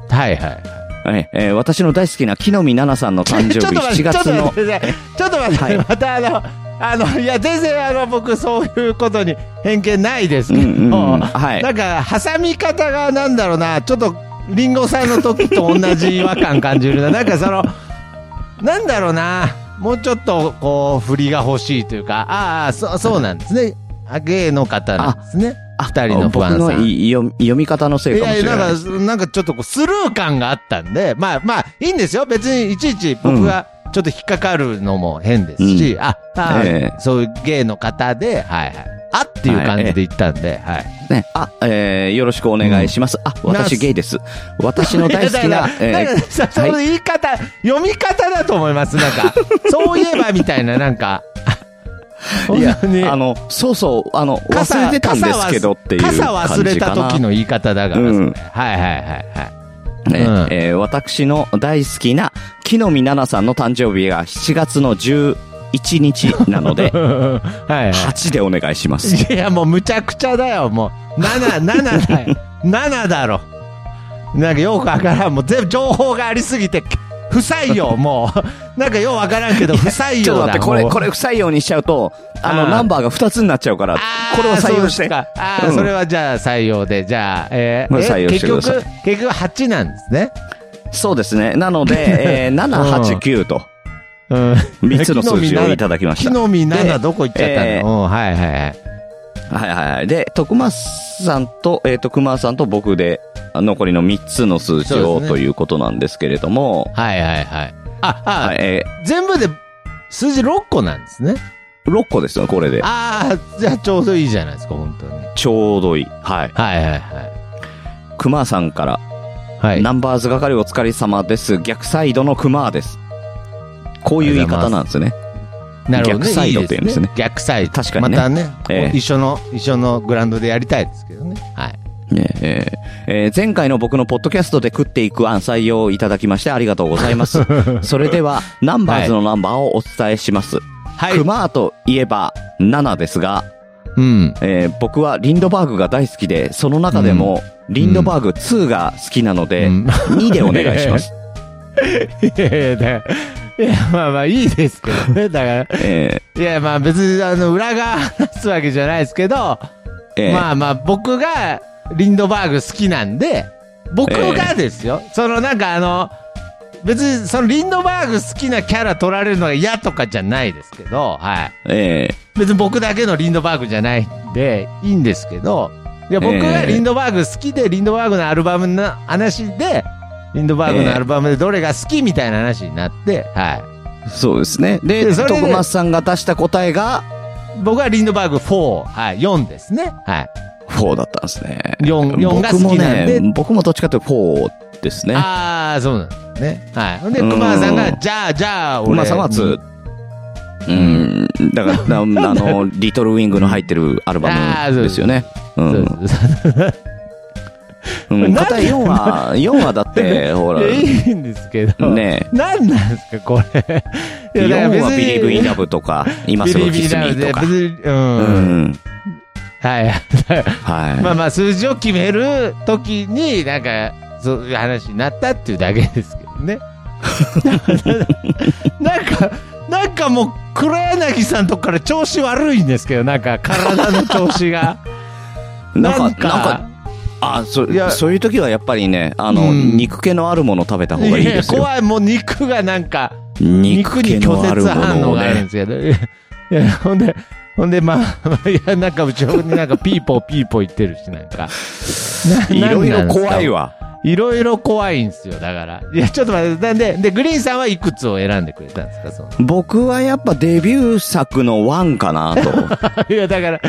はいはい。
ええー私の大好きな木の実奈々さんの誕生
ちょっと待
日、7
って、ちょっ
月
と待
の
っ、て、ちょっと待って、
はい
またあの、あの、いや、全然あの、僕、そういうことに偏見ないです
うん
け
う
ど、
んうん、はい
な。んか、挟み方がなんだろうな、ちょっと、リンゴさんの時と同じ違和感感じるな。なんかその、なんだろうな、もうちょっと、こう、振りが欲しいというか、ああ、そう、そうなんですね。あ、芸の方なんですね。二人の不安さん。
僕のい読み読み方のせいかもしれない。
やいや、なんか、なんかちょっとこうスルー感があったんで、まあまあ、いいんですよ。別にいちいち僕がちょっと引っかかるのも変ですし、あ、あ
ええ
そういう芸の方で、はいはい。あっていう感じで言ったんで、はい。
ね、あ、えー、よろしくお願いします。あ、私ゲイです。私の大好き
い
な
やだか、ら
え
だからさ、そ
ー
の
はい、
言い方、読み方だと思います。な んか、そういえばみたいな、なんか。
いや
本当に
あの、そうそう、あの、
傘
忘れてたんですけどっていう感じ
傘
かな。
忘れた時の言い方だから、それ
うん
はいはいはいはい。
ね
うん
えー私の大好きな木の実奈々さんの誕生日が7月の11日なの で、
はいはい。
8でお願いします。
いや、もうむちゃくちゃだよ、もう。7、7だよ。7だろ。なんかよくわからん。もう全部情報がありすぎて、不採用、もう。なんかようわからんけど、不採
ちょっと
用
待っ
だ。
て、これ、
もう
これ不採用にしちゃうと、あ
あ
の、
ー
ナンバーが2つになっちゃうから、
あー
これを採用して。
そうですかあー、
うん
それはじゃあ採用で。じゃあ、えー
まあ
え
採用して
結
くだ
局
さい、
結局8なんですね。
そうですね。なの で、えー、7、8、9と、
うん。
3つの数字をいただきまし
木
た。
の実7どこ行っちゃったの、
えー
うん、はいはいはい。
はいはいはい。で、徳松さんと、えっ、と、熊さんと僕で、あ残りの3つの数字
そう
を、
ですね
ということなんですけれども、
はいはいはい。あ、あ、
はい、え
全部で数字6個なんですね。
ー、6個ですよ、これで。
ああ、じゃあちょうどいいじゃないですか、本当に。
ちょうどいい。はい。
はいはいはい。
熊さんから、
はい。
ナンバーズ係お疲れ様です。逆サイドの熊です。こういう言い方なんですね。
なるほどね。
逆サイドって言うんですね
いい逆サイド。
確かにね
またね、
ええ
一緒の、一緒のグラウンドでやりたいですけどね。はい。
ねえーえー前回の僕のポッドキャストで食っていく案採用をいただきましてありがとうござい ます。それでは、ナンバーズのナンバーをお伝えします。
はい。
熊といえば7ですが、
うん。
えー僕はリンドバーグが大好きで、その中でも、リンドバーグ2が好きなので、
うん
2でお願いし ます。
いやいや、だからいや、まあまあいいですけど ね。だか
え
ら、いや、まあ別に、あの、裏側話すわけじゃないですけど、
ーえー
まあまあ僕がリンドバーグ好きなんで、僕がですよ。そのなんかあの、別にそのリンドバーグ好きなキャラ取られるのが嫌とかじゃないですけど、はい。
えー
別に僕だけのリンドバーグじゃないんで、いいんですけど、いや、僕がリンドバーグ好きで、リンドバーグのアルバムの話で、リンドバーグのアルバムでどれが好きみたいな話になって、は
そうですね。で、
でそれで
徳松さんが出した答えが、
い。僕はリンドバーグ4、はい、4ですね。はい。
4だったんですね。
4、4が好きなん
僕
で
も、ね、僕もどっちかというと4ですね。
ああ、そうなんですね。はい。ほんで、
うん
熊田さんが、じゃあ、じゃあ、俺。
熊さんは2。うん。だ から、なあの、リトルウィングの入ってるアルバ
あー
ム
そう
で
です
すよね。う。
そうんそう
う
なんんで
答え4は、4はだ って、ほら
い、やいいんですけど。
ねえ。
なんなんですか、これ。いやだから
4
別
は
に
ビリーブインラブとか、今すぐキスミーとか。
ビリビリなので別に、う。
うんん。
はい。
はい。
まあまあ、数字を決めるときに、なんか、そういう話になったっていうだけですけ どね。なんか、なんかもう、黒柳さんとこから調子悪いんですけど、なんか、体の調子が。
なんか、なんか、あそ
いや
そういう時はやっぱりね、あの、
うん
肉気のあるものを食べた方がいい
いやい
で
や
すよ。
怖い、もう肉がなんか、
肉
肉
気
に
の
拒
ある
絶
も
反
の
応
を
があるん
ね
で。すけど、いやいや、ほんで、ほんで、まあ、いや、なんか、後ろになんか、ピーポーピーポー言ってるし、なん か。
い
な
ろい
な
ろ
んなんですか
怖いわ。
いろいろ怖いんですよ、だから。いや、ちょっと待って、なんで、で、グリーンさんはいくつを選んでくれたんですか、その。
僕はやっぱデビュー作のワンかなと。
いや、だから、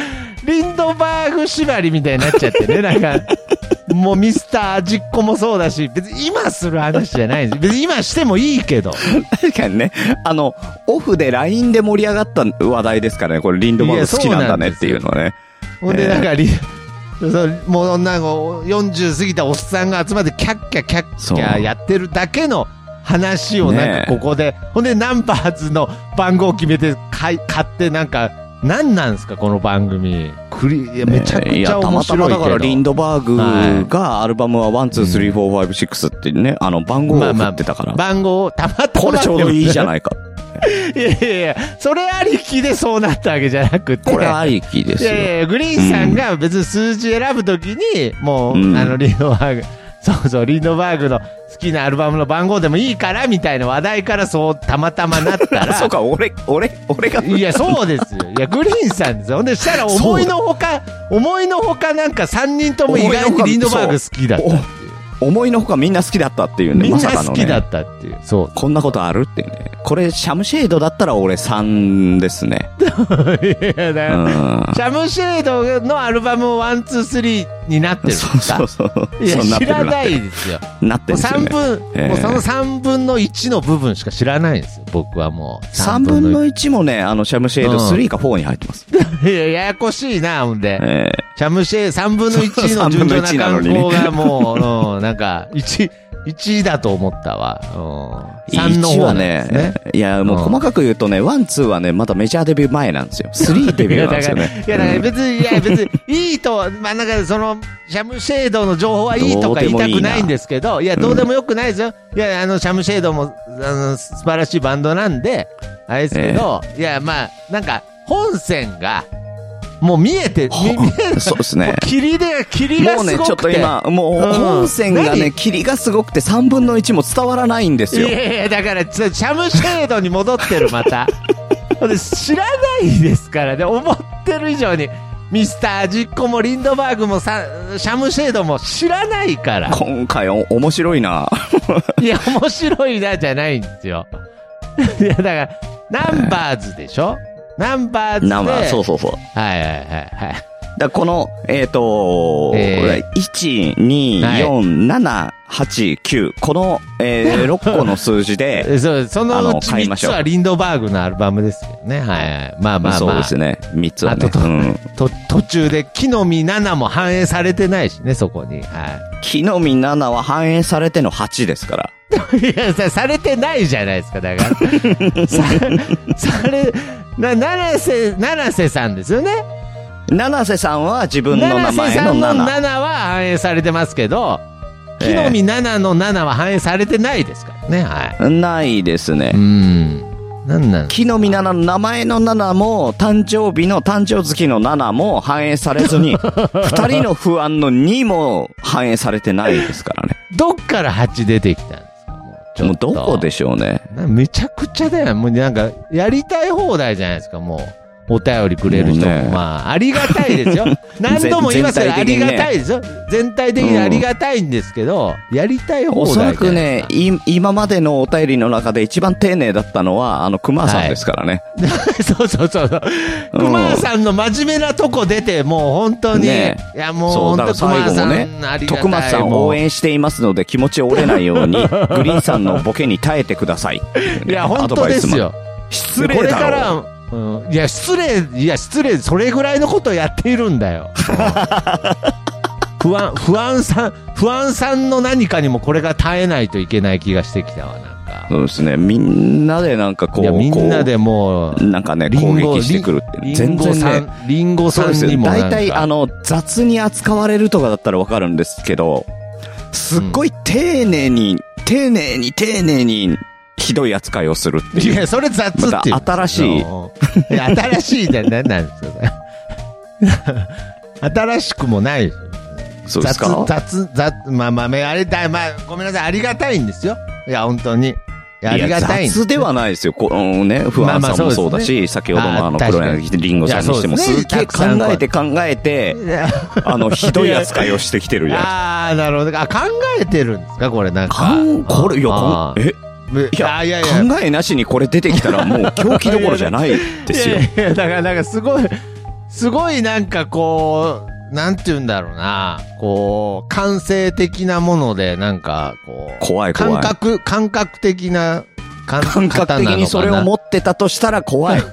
リンドバーグ縛りみたいになっちゃ ってね、なんか、もうミスター味っ子もそうだし、別に今する話じゃないんです別に今してもいいけど。
確かにね、あの、オフで LINE で盛り上がった話題ですからね、これリンドバーグ好きなんだねっていうのはね。
ほん
え
で、
え
なんかリ、そうもうなんか40過ぎたおっさんが集まってキャッキャキャッ
そう
キャやってるだけの話をなん
ね
かここで、ほんでナンバーズの番号を決めて買い買ってなんか何なんですかこの番組クリいやめちゃく
ねい
ち
や
ゃ
た
面
また
白
ま
いけ
だ
ど、
からリンドバー
は
グがアルバムは1,2,3,4,5,6ってね、あの番号を
まあ
振
まあ
ってたから。
番号をたまたま
これちょうどいいじゃ
い
ないか。
いやいやいやそれありきでそうなったわけじゃなくて
これありきです
い
よ。
やいやいやグリーンさんが別に数字選ぶときに、もう、
うん
あの、リンドバーグ、そうそう、リンドバーグの好きなアルバムの番号でもいいから、みたいな話題からそう、たまたまなった
あ
ら。
そうか、俺、俺、俺が。
いや、そうですよ。いや、グリーンさんですよ。ほんで、したら、思いのほか、思いのほかなんか3人とも意外にリンドバーグ好きだったっていう。
思いのほかみんな好きだったっていうね、
みん
ま
な
さかの
好きだ
ね。
ったっていう。そう。
こんなことあるっていうね。これ、シャムシェードだったら俺3です ね。
いや、だ
う
から
ん。
シャムシェードのアルバムワン、ツー、スリーになってるんです
そう
か
そうそう。
いや、
そうなって
知
るな
ら
っ
な
てる
いですよ。
なって
も
る
うん
ですよ
3
ね。
分、
ええ
もうその3分の1の部分しか知らないんですよ、僕はもう。
3分の
1
1もね、あの、シャムシェード
うん
3か4に入ってます。
いや、ややこしいな、ほんで。
え
シャムシェ3分の1の 順調な観光がもう、うん、なんか、1、1だと思ったわ。
え
うん。3の
1
方な
は
んですね
ね。、いや、もう
うん
細かく言うとね、1、2はね、まだメジャーデビュー前なんですよ。3デビ
い
ューな
や
ん
だ
です
か
よ
ら、
ね。
いや だから別に、いや別に、いいと、まあなんかその、シャムシェードの情報はいいとか言いたくないんですけど、いや、どうでもよくないですよ。いや、あの、シャムシェードも、あの、素晴らしいバンドなんで、あれですけど、いや、まあ、なんか、本線が、もう見えて、見見え
うんそうですね。
霧で、霧が
もう
す
ね、
ごくて。
ちょっと今、もう
うん
本線がね、
何
霧がすごくて3分の1も伝わらないんです
い
よ。
やいや、だから、ちょシャムシェードに戻ってる、ま た。ほんで知らないですからね、思ってる以上に、ミスター実行もリンドバーグもさ、シャムシェードも知らないから。
今回お面白いな。
いや、面白いな、じゃないんですよ。 いや、だから、ナンバーズでしょナンバーズで。
なんか、そうそうそう。
はいはいはいはい。
だからこの、えっ、と
え
1、2、4、7、8、9。この、え ー、6個の数字で、
えそう、そ
あ
の
の
うち
買いま
3
し
つ
ょう
はリンドバーグのアルバムですよね。はいはい。 まあまあまあ。
そうですね。3つはね
あ。とと
うん
と途中で木の実7も反映されてないしね、そこに。は
木の実7は反映されての8ですから。
い。 いや、さ、されてないじゃないですか、だから。さ、され、な、七瀬、七瀬さんですよね。
七瀬さんは自分の名
七瀬
前
さ
の
んの
7。
7は反映されてますけど、
え
木
え
の実7の7は反映されてないですからね、はい。
ないですね
う。ん。なんなん
木の実7の名前の7も、誕生日の誕生月の7も反映されず に、二人の不安の2も反映されてないですからね。
どっから8出てきたんですかもうちょ
もう
っと
どこでしょうね。
なめちゃくちゃだよ。もうなんか、やりたい放題じゃないですか、もう。お便りくれる人も、
もうね
まあ、ありがたいですよ。 何度も言いますけど、あ
全
り
全体的にね
がたいですよ。全体的にありがたいんですけど、やりたい放
お
題
そ
じゃな
ら
いですか。
くね、い今までのお便りの中で一番丁寧だったのは、あの、熊さんですからね。
そうそうそうそう。
うん
熊さんの真面目なとこ出て、もう本当に、
ね
いやもう
そう、
本
だか
当
ら
熊
最後
さ
も
ん、
ね
あり、がたい。
徳松さん
もう
を応援していますので気持ち折れないように、グリーンさんのボケに耐えてくださいってうね。
いや、本当ですよ。
アドバイスも。失礼
これか
だ
ら、
ろ。
うん、いや、失礼、いや、失礼、それぐらいのことをやっているんだよ。 不安、不安さん、不安さんの何かにもこれが耐えないといけない気がしてきたわ、なんか。
そうですね。みんなでなんかこ
いや、
う、
みんなで
こ
も
う
う、
なんかね、
リ
攻
ンゴ
撃してくるってね、
リン
全
リンゴ
然
さ
ね、
ん、リンゴ
そう
さ
で
ん
す
に
よ。
もなんか。
大体、あの、雑に扱われるとかだったらわかるんですけど、すっごい丁寧に、丁寧に丁寧に、ひどい扱いをするって
い
いう。
や、それ雑っていう。
また新しい
いや新しいじゃ何なんですかね。 新しくもない。
そうです
雑
か、
雑、雑、まあまあ、あれだ、まあ、ごめんなさい、ありがたいんですよ。いや、本当に。いや、ありがたいんです
雑ではないですよ。このね、不安さんもそうだし、
まあまあそうですね
先ほどのあの、
あー確
黒
かに
柳りんごさんにしても、
いや
す
そうです
っ
ね
げえ
たくさん
考えて考えて、
いや
あの、ひどい扱いをしてきてるじゃないですか。
ああ、なるほど。あ、考えてるんですかこれなんか。
かん、これ、いや、
あ
こん
ー
えいや
あいやいや。
考えなしにこれ出てきたらもう狂気どころじゃないですよ
い。やいや、だから、なんかすごい、すごいなんかこう、なんて言うんだろうな、こう、感性的なもので、なんか、こう、
怖い怖い
感覚、感覚的な、感
感覚的にそれを持ってたとしたら怖い。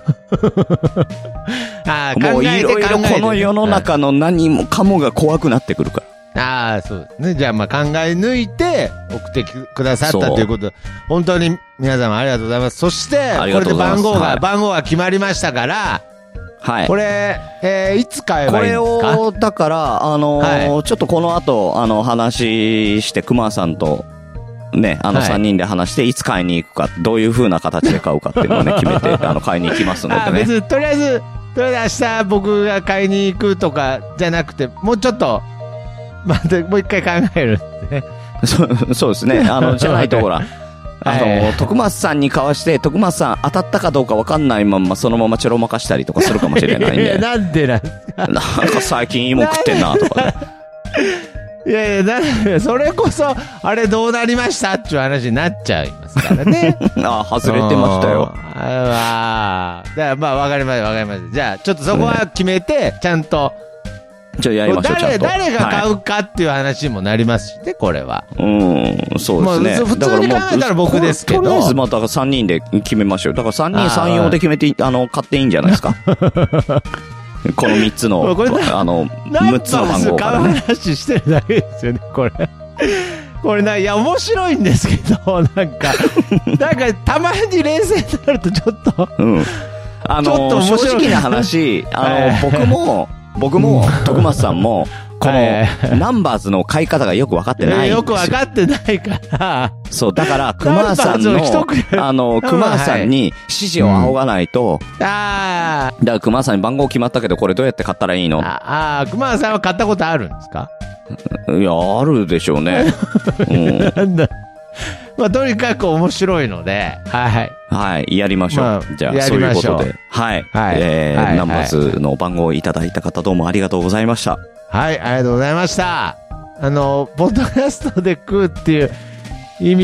あー
もういろいろこの世の。
考えて考えて
中の何もかもが怖くなってくるから。
ああ、そうですね。じゃあ、まあ、考え抜いて、送ってくださっ
そ
た
う
ということで、本当に皆様ありがとうございます。そして、
あり
こ
がと
れで
うございま
番
す
号が、
はい
番号が決まりましたから、
はい。
こ
こ
れ、えー、いつ買えばいいんで
れ
すか
を、だから、あのーちょっとこの後、あの、話して、熊さんと、ね、あの、
はい
3人で話して、いつ買いに行くか、どういう風な形で買うかっていうの をね、決めて、あの、買いに行きますの
あ
で
別
ね。
にとりあえず、とりあえず明日僕が買いに行くとかじゃなくて、もうちょっと、またもう一回考える。
そうそうですね。あの、じゃないと、ほら。あ
え
の、徳松さんに交わして、徳松さん当たったかどうか分かんないまんま、そのままちょろまかしたりとかするかもしれないん
いや、
で、
なんでなん
なんか最近芋食ってんな、とかね。
いやいや、なんで、それこそ、あれどうなりましたっていう話になっちゃいますからね。
ああ、外れてましたよ
う。ん。ああ、だからまあ、わかりました、わかりました。じゃあ、ちょっとそこは決めて、ちゃんと、
じゃあやりましょう、ちゃん
誰、
と。
誰が買
は
うかっていう話にもなりますしね、これは。
いうん、そうですね。
まあ普通
だからもう
普通に考えたら僕ですけど
とりあえずまた3人で決めましょう。だから3
あ
人
ー
3用で決めてい、あの、買っていいんじゃないですか。この3つの
これ、
あの、
ナン
6
バ
つの
ー
番
ス
号
買
か
う
らね。
話してるだけですよね、これ。これな、いや、面白いんですけど、なんか、なんか、たまに冷静になるとちょっと、
うん。あ
ちょっと
の、
面白
正
い
直な話、
は
あの、僕も、僕も、徳松さんも、こ
は
の、ナンバーズの買い方がよく分かってないんですよ。
よくわかってないから、
そう、だから、熊さん
ナ
の
ンバーズを一、口
あの、熊さんに指示を仰がないと、
あ
だから熊さんに番号決まったけど、これどうやって買ったらいい
ー
の
あ、あー熊田さんは買ったことあるんですか
いや、あるでしょうね。 うん。
なんだ。まあ、とにかく面白いので、はい。
はい、やりましょう。
まあ
じゃあ、
や
そ
り
うい
ま
う
し
こ
ょう
とで。はい。
はい
えー
はい
ナンバーズの番号をいただいた方、どうもありがとうございました。
はい、ありがとうございました。あの、ポッドキャストで食うっていう意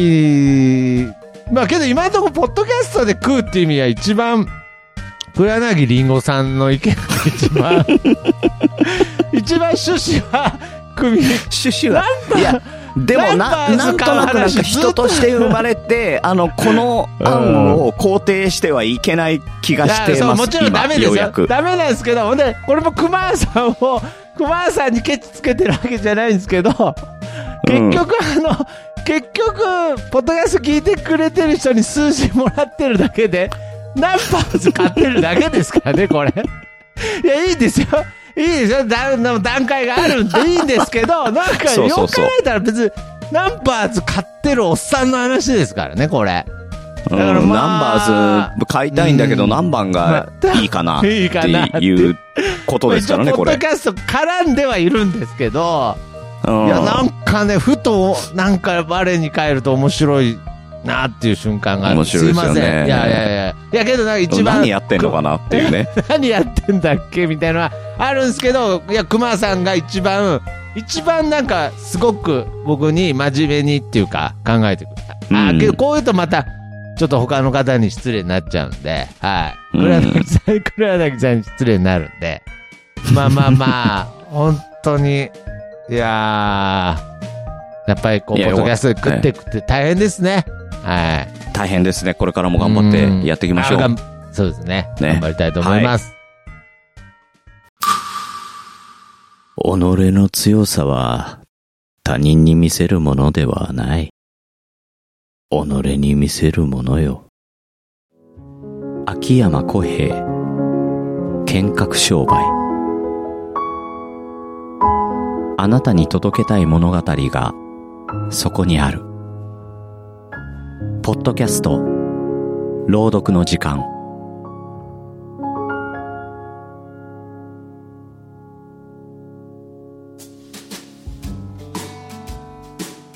味、まあけど今のところ、ポッドキャストで食うっていう意味は一番、黒柳りんごさんの意見が一番、一番趣旨は、組み、
シュシュは。いや、でも
ナ
な、なん
ンバーズ買
と
う話
なくなんか人として生まれて、あの、この案を肯定してはいけない気がしてます。
そうもちろん
今
ダメで
よ
す
うや
よ。
く。
ダメなんですけど、ほんで、これも熊谷さんを、熊谷さんにケチつけてるわけじゃないんですけど、
うん
結局あの、結局、ポッドキャスト聞いてくれてる人に数字もらってるだけで、何パーツ買ってるだけですからね、これ。いや、いいですよ。いいですよ。だの段階があるんでいいんですけど、なんか、
そう
よく
そ
考
うそう
えたら別に、何パーツ買ってるおっさんの話ですからね、これ。
うん
だからまあ
ナンバーズ買いたいんだけど、
うん
何番がいいかなっ
いいか
て
なって
いうことですからね、
まあ一
こ
応ポッ
れ
ド。キャスト絡んではいるんですけど、
うん
いや、なんかね、ふと、なんか我に返ると面白いなっていう瞬間がある。
面白いですよね
すいません。いやいやいや。いやけど、なんか一番。
何やってんのかなっていうね。
何やってんだっけみたいなのはあるんですけど、いや、熊さんが一番、一番なんか、すごく僕に真面目にっていうか、考えてくれた。あ
う
ー
ん
けど、こういうとまた、ちょっと他の方に失礼になっちゃうんで、はい。
うん
黒柳さん、黒柳さんに失礼になるんで、まあまあまあ、本当に、いやー、やっぱりこう、
い
ポ
や
ッドキャストで
よか
食
っ
ったて食って大変ですね。はい。
大変ですね。これからも頑張ってやっていきましょう
あ。頑そうですね
ね
頑張りたいと思います。
己の強さは他人に見せるものではない。己に見せるものよ。秋山小平、見学商売。あなたに届けたい物語がそこにある。ポッドキャスト、朗読の時間。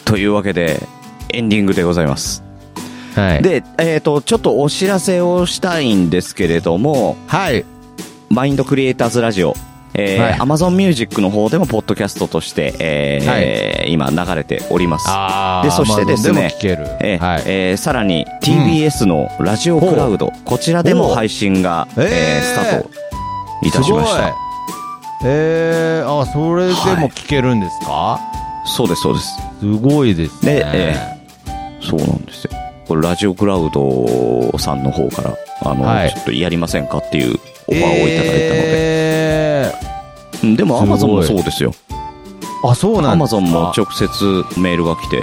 というわけで、エンディングでございます。
はい。
で、えっ、と、ちょっとお知らせをしたいんですけれども、
はい。
マインドクリエイターズラジオ、え
はい
ー、Amazon Music の方でも、ポッドキャストとして、えー今流れております。
あー
でそしてですね
Amazon でも聞ける。
えー
はい。
えーさらに TBS のラジオクラウド、こちらでも配信が、
おう
えー
えー
スタートいたしました。
すごいえー、あ、それでも聞けるんですか、
そうです、そうです。
すごいですね。
でそうなんですよ。これ、ラジオクラウドさんの方から、あの、
はい
ちょっとやりませんかっていうオファーをいただいたので。
え
うんでも、
す
Amazon
ごい
もそうですよ。
ー、あ、そうな
Amazon
んですか。
も直接メールが来て、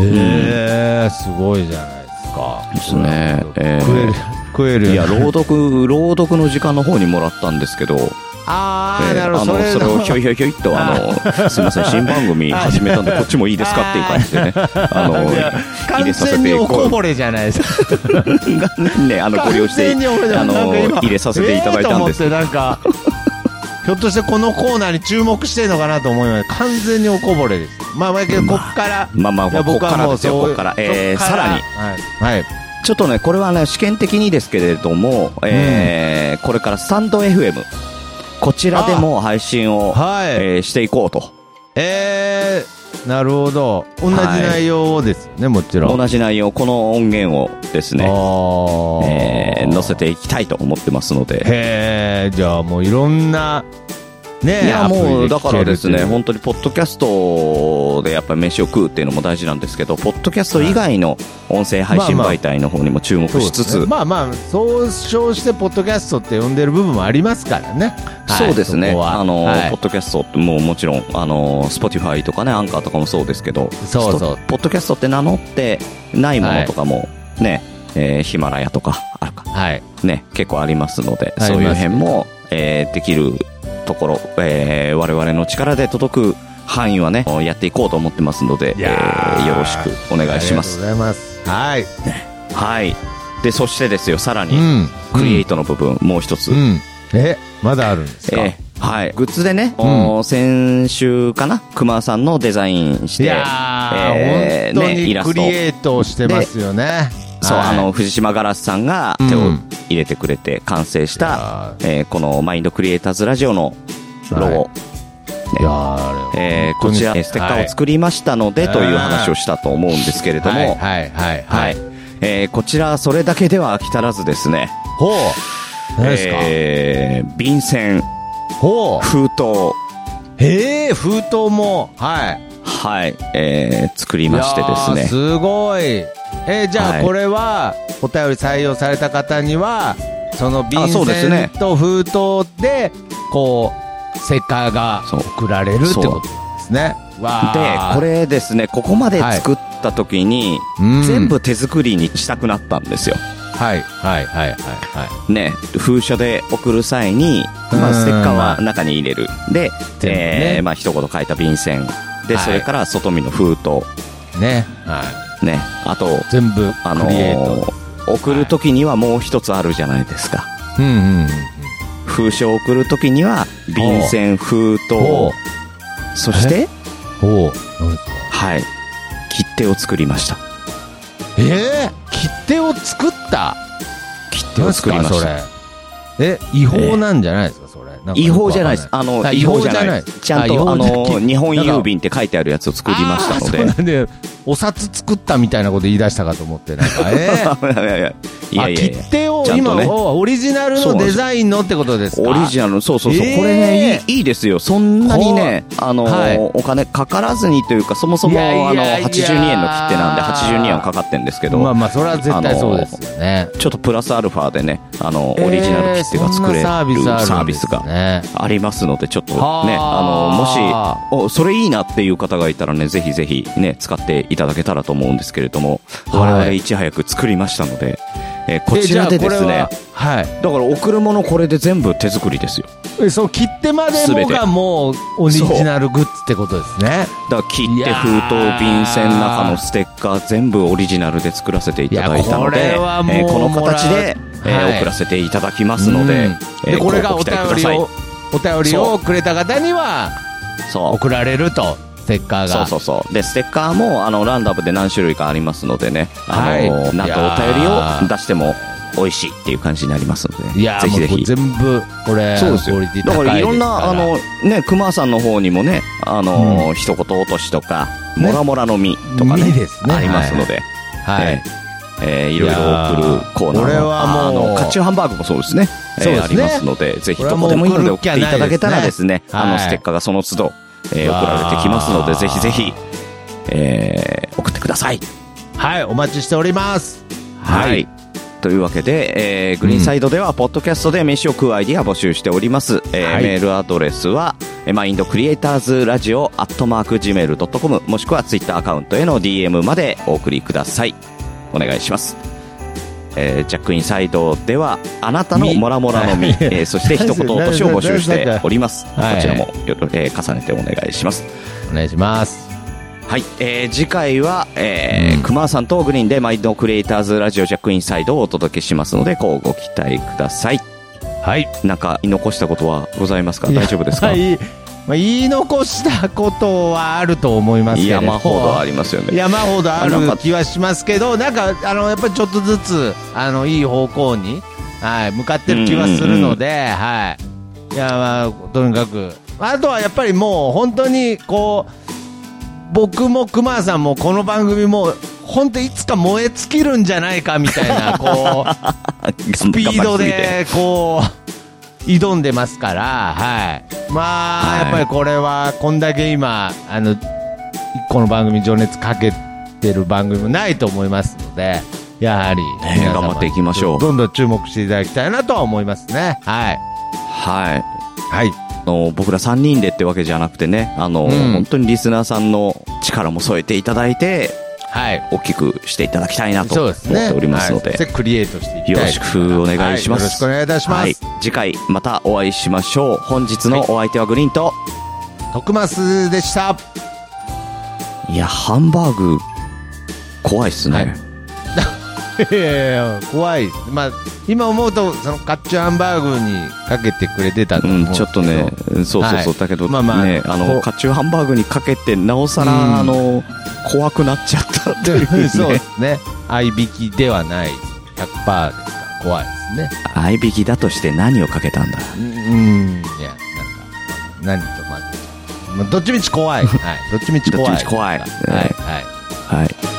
えー、すごいじゃないですか。
ですねえー
食える、食える。
いや、朗読、朗読の時間の方にもらったんですけど、
あ
え
ー、
ー
なる
あ
ほど。
の、それをひょい
い
ひょいひょいっと、あの、すみません、新番 組始めたんで、こっちもいいですかっていう感じでね、あの、入
完
れさせ
全に
て、
おこ
こ
ぼれじゃないですか。
う、ね、あの、ご利用して、
完全に俺
あ
だ
の、
なんか今
入れさせていただいたんです
えーと思ってなんかひょっとしてこのコーナーに注目してんのかなと思いました完全におこぼれですまあまあけどこっから、
まあまあ、
いや
ここ
僕
か
は
ら
も
で
う
すよ、
そう
ここから。えー
そっ
さらに、
はい、はい、
ちょっとね、これはね、試験的にですけれども、えーこれからスタンド FM、こちらでも配信を、え
はい
ーしていこうと。
えー、なるほど同じ内容をですよね、もちろん
同じ内容、この音源をですね、
あ
え
ー
ー載せていきたいと思ってますので。
へえじゃあもういろんなね
いや、もう、
ア
だ
プ
か
リ
ら
で
で
聞け
す
る
ね、
という
本当に、ポッドキャストでやっぱり飯を食うっていうのも大事なんですけど、ポッドキャスト以外の音声配信
まあまあ
媒体の方にも注目
そう
し
で
つ
す
つ
ね、まあまあ総称してポッドキャストって呼んでる部分もありますからね、はい
そうですね。
こは
あの、
はい
ポッドキャストってもうもちろん、あの、Spotify とかね、アンカーとかもそうですけど、
そうそ
ス
う
トポッドキャストって名乗ってないものとかも、ね、えーヒマラヤとか、あるか、
はい
ね、結構ありますので、
あります
そういう辺も、えーできるところ、えー我々の力で届く範囲はね、やっていこうと思ってますので、
いやー
えーよろしくお願いします。
ありがとうございます。はい。
はい。で、そしてですよ、さらに、
うん。
クリエイトの部分、もう一つ
う。ん。え、まだあるんですか
ええはい。グッズでね、
うん
おー先週かな、熊さんのデザインして、
いやー、
えー
本当
ねイラ
に
ス
ク
ト
リエイトしてますよね。
そう、
はい
あの、、藤島ガラスさんが手
う
を
ん
入れてくれて完成した、
い
えーこのマインドクリエイターズラジオのロゴ、
はいやーいやーあれ
えー
本
こ
当に
ちら、えーステッカーを作りましたので、
はい
という話をしたと思うんですけれども、
は
はいい。
はいはいはい。
えーこちら、それだけでは飽き足らずですね、
ほう。何ですか
えー、便箋、
ほう。
封筒、
えー、封筒も。はい。
はい、えー、作りましてです
いやー
ね。
すごい。えー、じゃ
は
あ
い
これは、お便り採用された方には、その便
あそうです
箋
ね
と封筒で、こう、ステッカーが
そう
送られるってことですね。わ
で
ー、
これですね、ここまで作った時に、
うん
全部手作りにしたくなったんですよ。
はいはいはいはいはい。
ね、封書で送る際に、まあ、
うん
ステッカーは中に入れる。で、
全部ね
えーまあ、一言書いた便箋。で、
はい
それから外見の封筒。
ね。はい。
ね、あと、
全部、
あの
クリエイト。
ー送る時にはもう一つあるじゃないですか。
うんうんうん。
封書を送る時には、便箋、封筒、
おう
そして、
おうなんか
はい、切手を作りました。
えー、切手を作った
切手を作りま
なん
し
す
た。
かそれ。え、違法なんじゃないですか、それ。なんかよく
違法じゃないです。
わ
あ
かん
の、
あ
違法じゃないです。ちゃん
違
と、あ
法じゃない
の、日本郵
なんか
便って書いてあるやつを作りましたの
あーそう
で。
なんで、 お札作ったみたいなこと言い出したかと思って、なんか、えー
いやいやいや。いやいやいや
あ切手を
ちゃんとね
今、おオリジナルのデザインのってことですか
オリジナルの、そうそうそう、
えー
これねいい、いいですよ。そんなにね、あのー、
はい
お金かからずにというか、そもそも、
いやいやいや
あの、82円の切手なんで、82円はかかってんですけど、
まあまあ、それは絶対そうですよね。
ちょっとプラスアルファでね、あの、オリジナル切手が作れる
えーそんなサービスあるんですね
サービスがありますので、ちょっとね、
はあ
あの、もし、お、それいいなっていう方がいたらね、ぜひぜひね、使っていただけたらと思うんですけれども、
はい
我々いち早く作りましたので、えーこ
え
ち
じゃ
ら
あ
でです
これ
ね
は、はい。
だから贈るものこれで全部手作りですよ。
えそう切手までも
全て
がもうオリジナルグッズってことですね
だから切手、封筒
いやー、
便箋、中のステッカー、全部オリジナルで作らせていただいたので、
いやこれはもう
えーこの形で、えー
はい
送らせていただきますので、
うん
えー
でこれが
ご
お
期
便
待くだ
り
さい
をお便りをくれた方には
そう。
送られるとステッカー
そう
が
そうそう。で、ステッカーも、あの、ランダムで何種類かありますのでね、あの、
はい
なん
い
と
や
お
ー
便りを出しても美味しいっていう感じになりますので、
いやー
ぜひぜ
もうこ
ひ
れ。全部これ
そうです
ク
よ
オリティ
だか
高いですから
らいろんな、あの、ね、熊さんの方にもね、あの、一言落としとか、
ね
もらもらの実とか
実
ね、
ですね
ありますので、
はい、
ええええいろいろ送るコーナーも
いやーこれはもう
あのカチューハンバーグもそうですね
そう
え
ですね
えありますのでぜひ
これ
ど
はも
こで
う
もいいので送っていただけたらですね
送るっきゃ
あ
ないですねは
の
い
ステッカーがその都度、ええ
わ
送
ー
られてきますのでぜひぜひ、ええ送ってください
はいお待ちしております
はい、
はい
というわけで、えーグリーンサイドでは、ポッドキャストで飯を食うアイディア募集しております。えー
はい
メールアドレスは、えーマインドクリエイターズラジオアットマーク Gmail.com、もしくはツイッターアカウントへの DM までお送りください。お願いします。えージャックインサイドでは、あなたのモラモラのみ、
み
えーそして一言落としを募集しております。こ
はい
ちらもよろ、えー重ねてお願いします。
お願いします
はい、えー次回は、えー
うん
熊さんとグリーンでマインドクリエイターズラジオジャックインサイドをお届けしますので、こうご期待ください。
はい
なんか、言い残したことはございますか大丈夫ですか、、
はいいまあ、言い残したことはあると思いますけれど
山ほどありますよね。
山ほどあ
あなん
る
か
気はしますけど、なんか、あの、やっぱりちょっとずつ、あの、いい方向に、はい、向かってる気はするので、はい。いや、まあ、とにかく、あとはやっぱりもう、本当に、こう、僕も熊さんもこの番組も、本当いつか燃え尽きるんじゃないかみたいな、こう、スピードで、こう、挑んでますから、はい。まあ、
はい
やっぱりこれは、こんだけ今、あの、この番組に情熱かけてる番組もないと思いますので、やはり、皆様
頑張っていきましょう
どんどん注目していただきたいなとは思いますね。はい。
はい。
はい。
あの僕ら3人でってわけじゃなくてね、あの、
うん
本当にリスナーさんの力も添えていただいて、
はい。
大きくしていただきたいなと
そう
思
で
っ
すね。
ておりますので。
はい、クリエイトしていき
よ
たい
ろしくお願いします、
はよろしくお願いいたしま
はい
す。
次回またお会いしましょう本日のお相手はグリーンと、
徳増でした。
い、やハンバーグ怖いっすね、
はいいやいやいや怖いです。まあ、今思うと、そのカッチュハンバーグにかけてくれてたと思う
うんん、
で
ち
す
ょ
けど
っとね、うんそうそうそう、
はい
だけど、
まあまあ
ね、あ
こ
の、
う
カチューハンバーグにかけて、なおさら、
うん
あの、怖くなっちゃったっていう、ね。
そうですね。合いびきではない100%ですから怖いですね。
合いびきだとして何をかけたんだ
うん、いや、なんか、何と混ぜて。まあ、どっちみち怖い。はい。どっちみち怖い。
どっちみち怖い
はい。
はい
はい。
はい。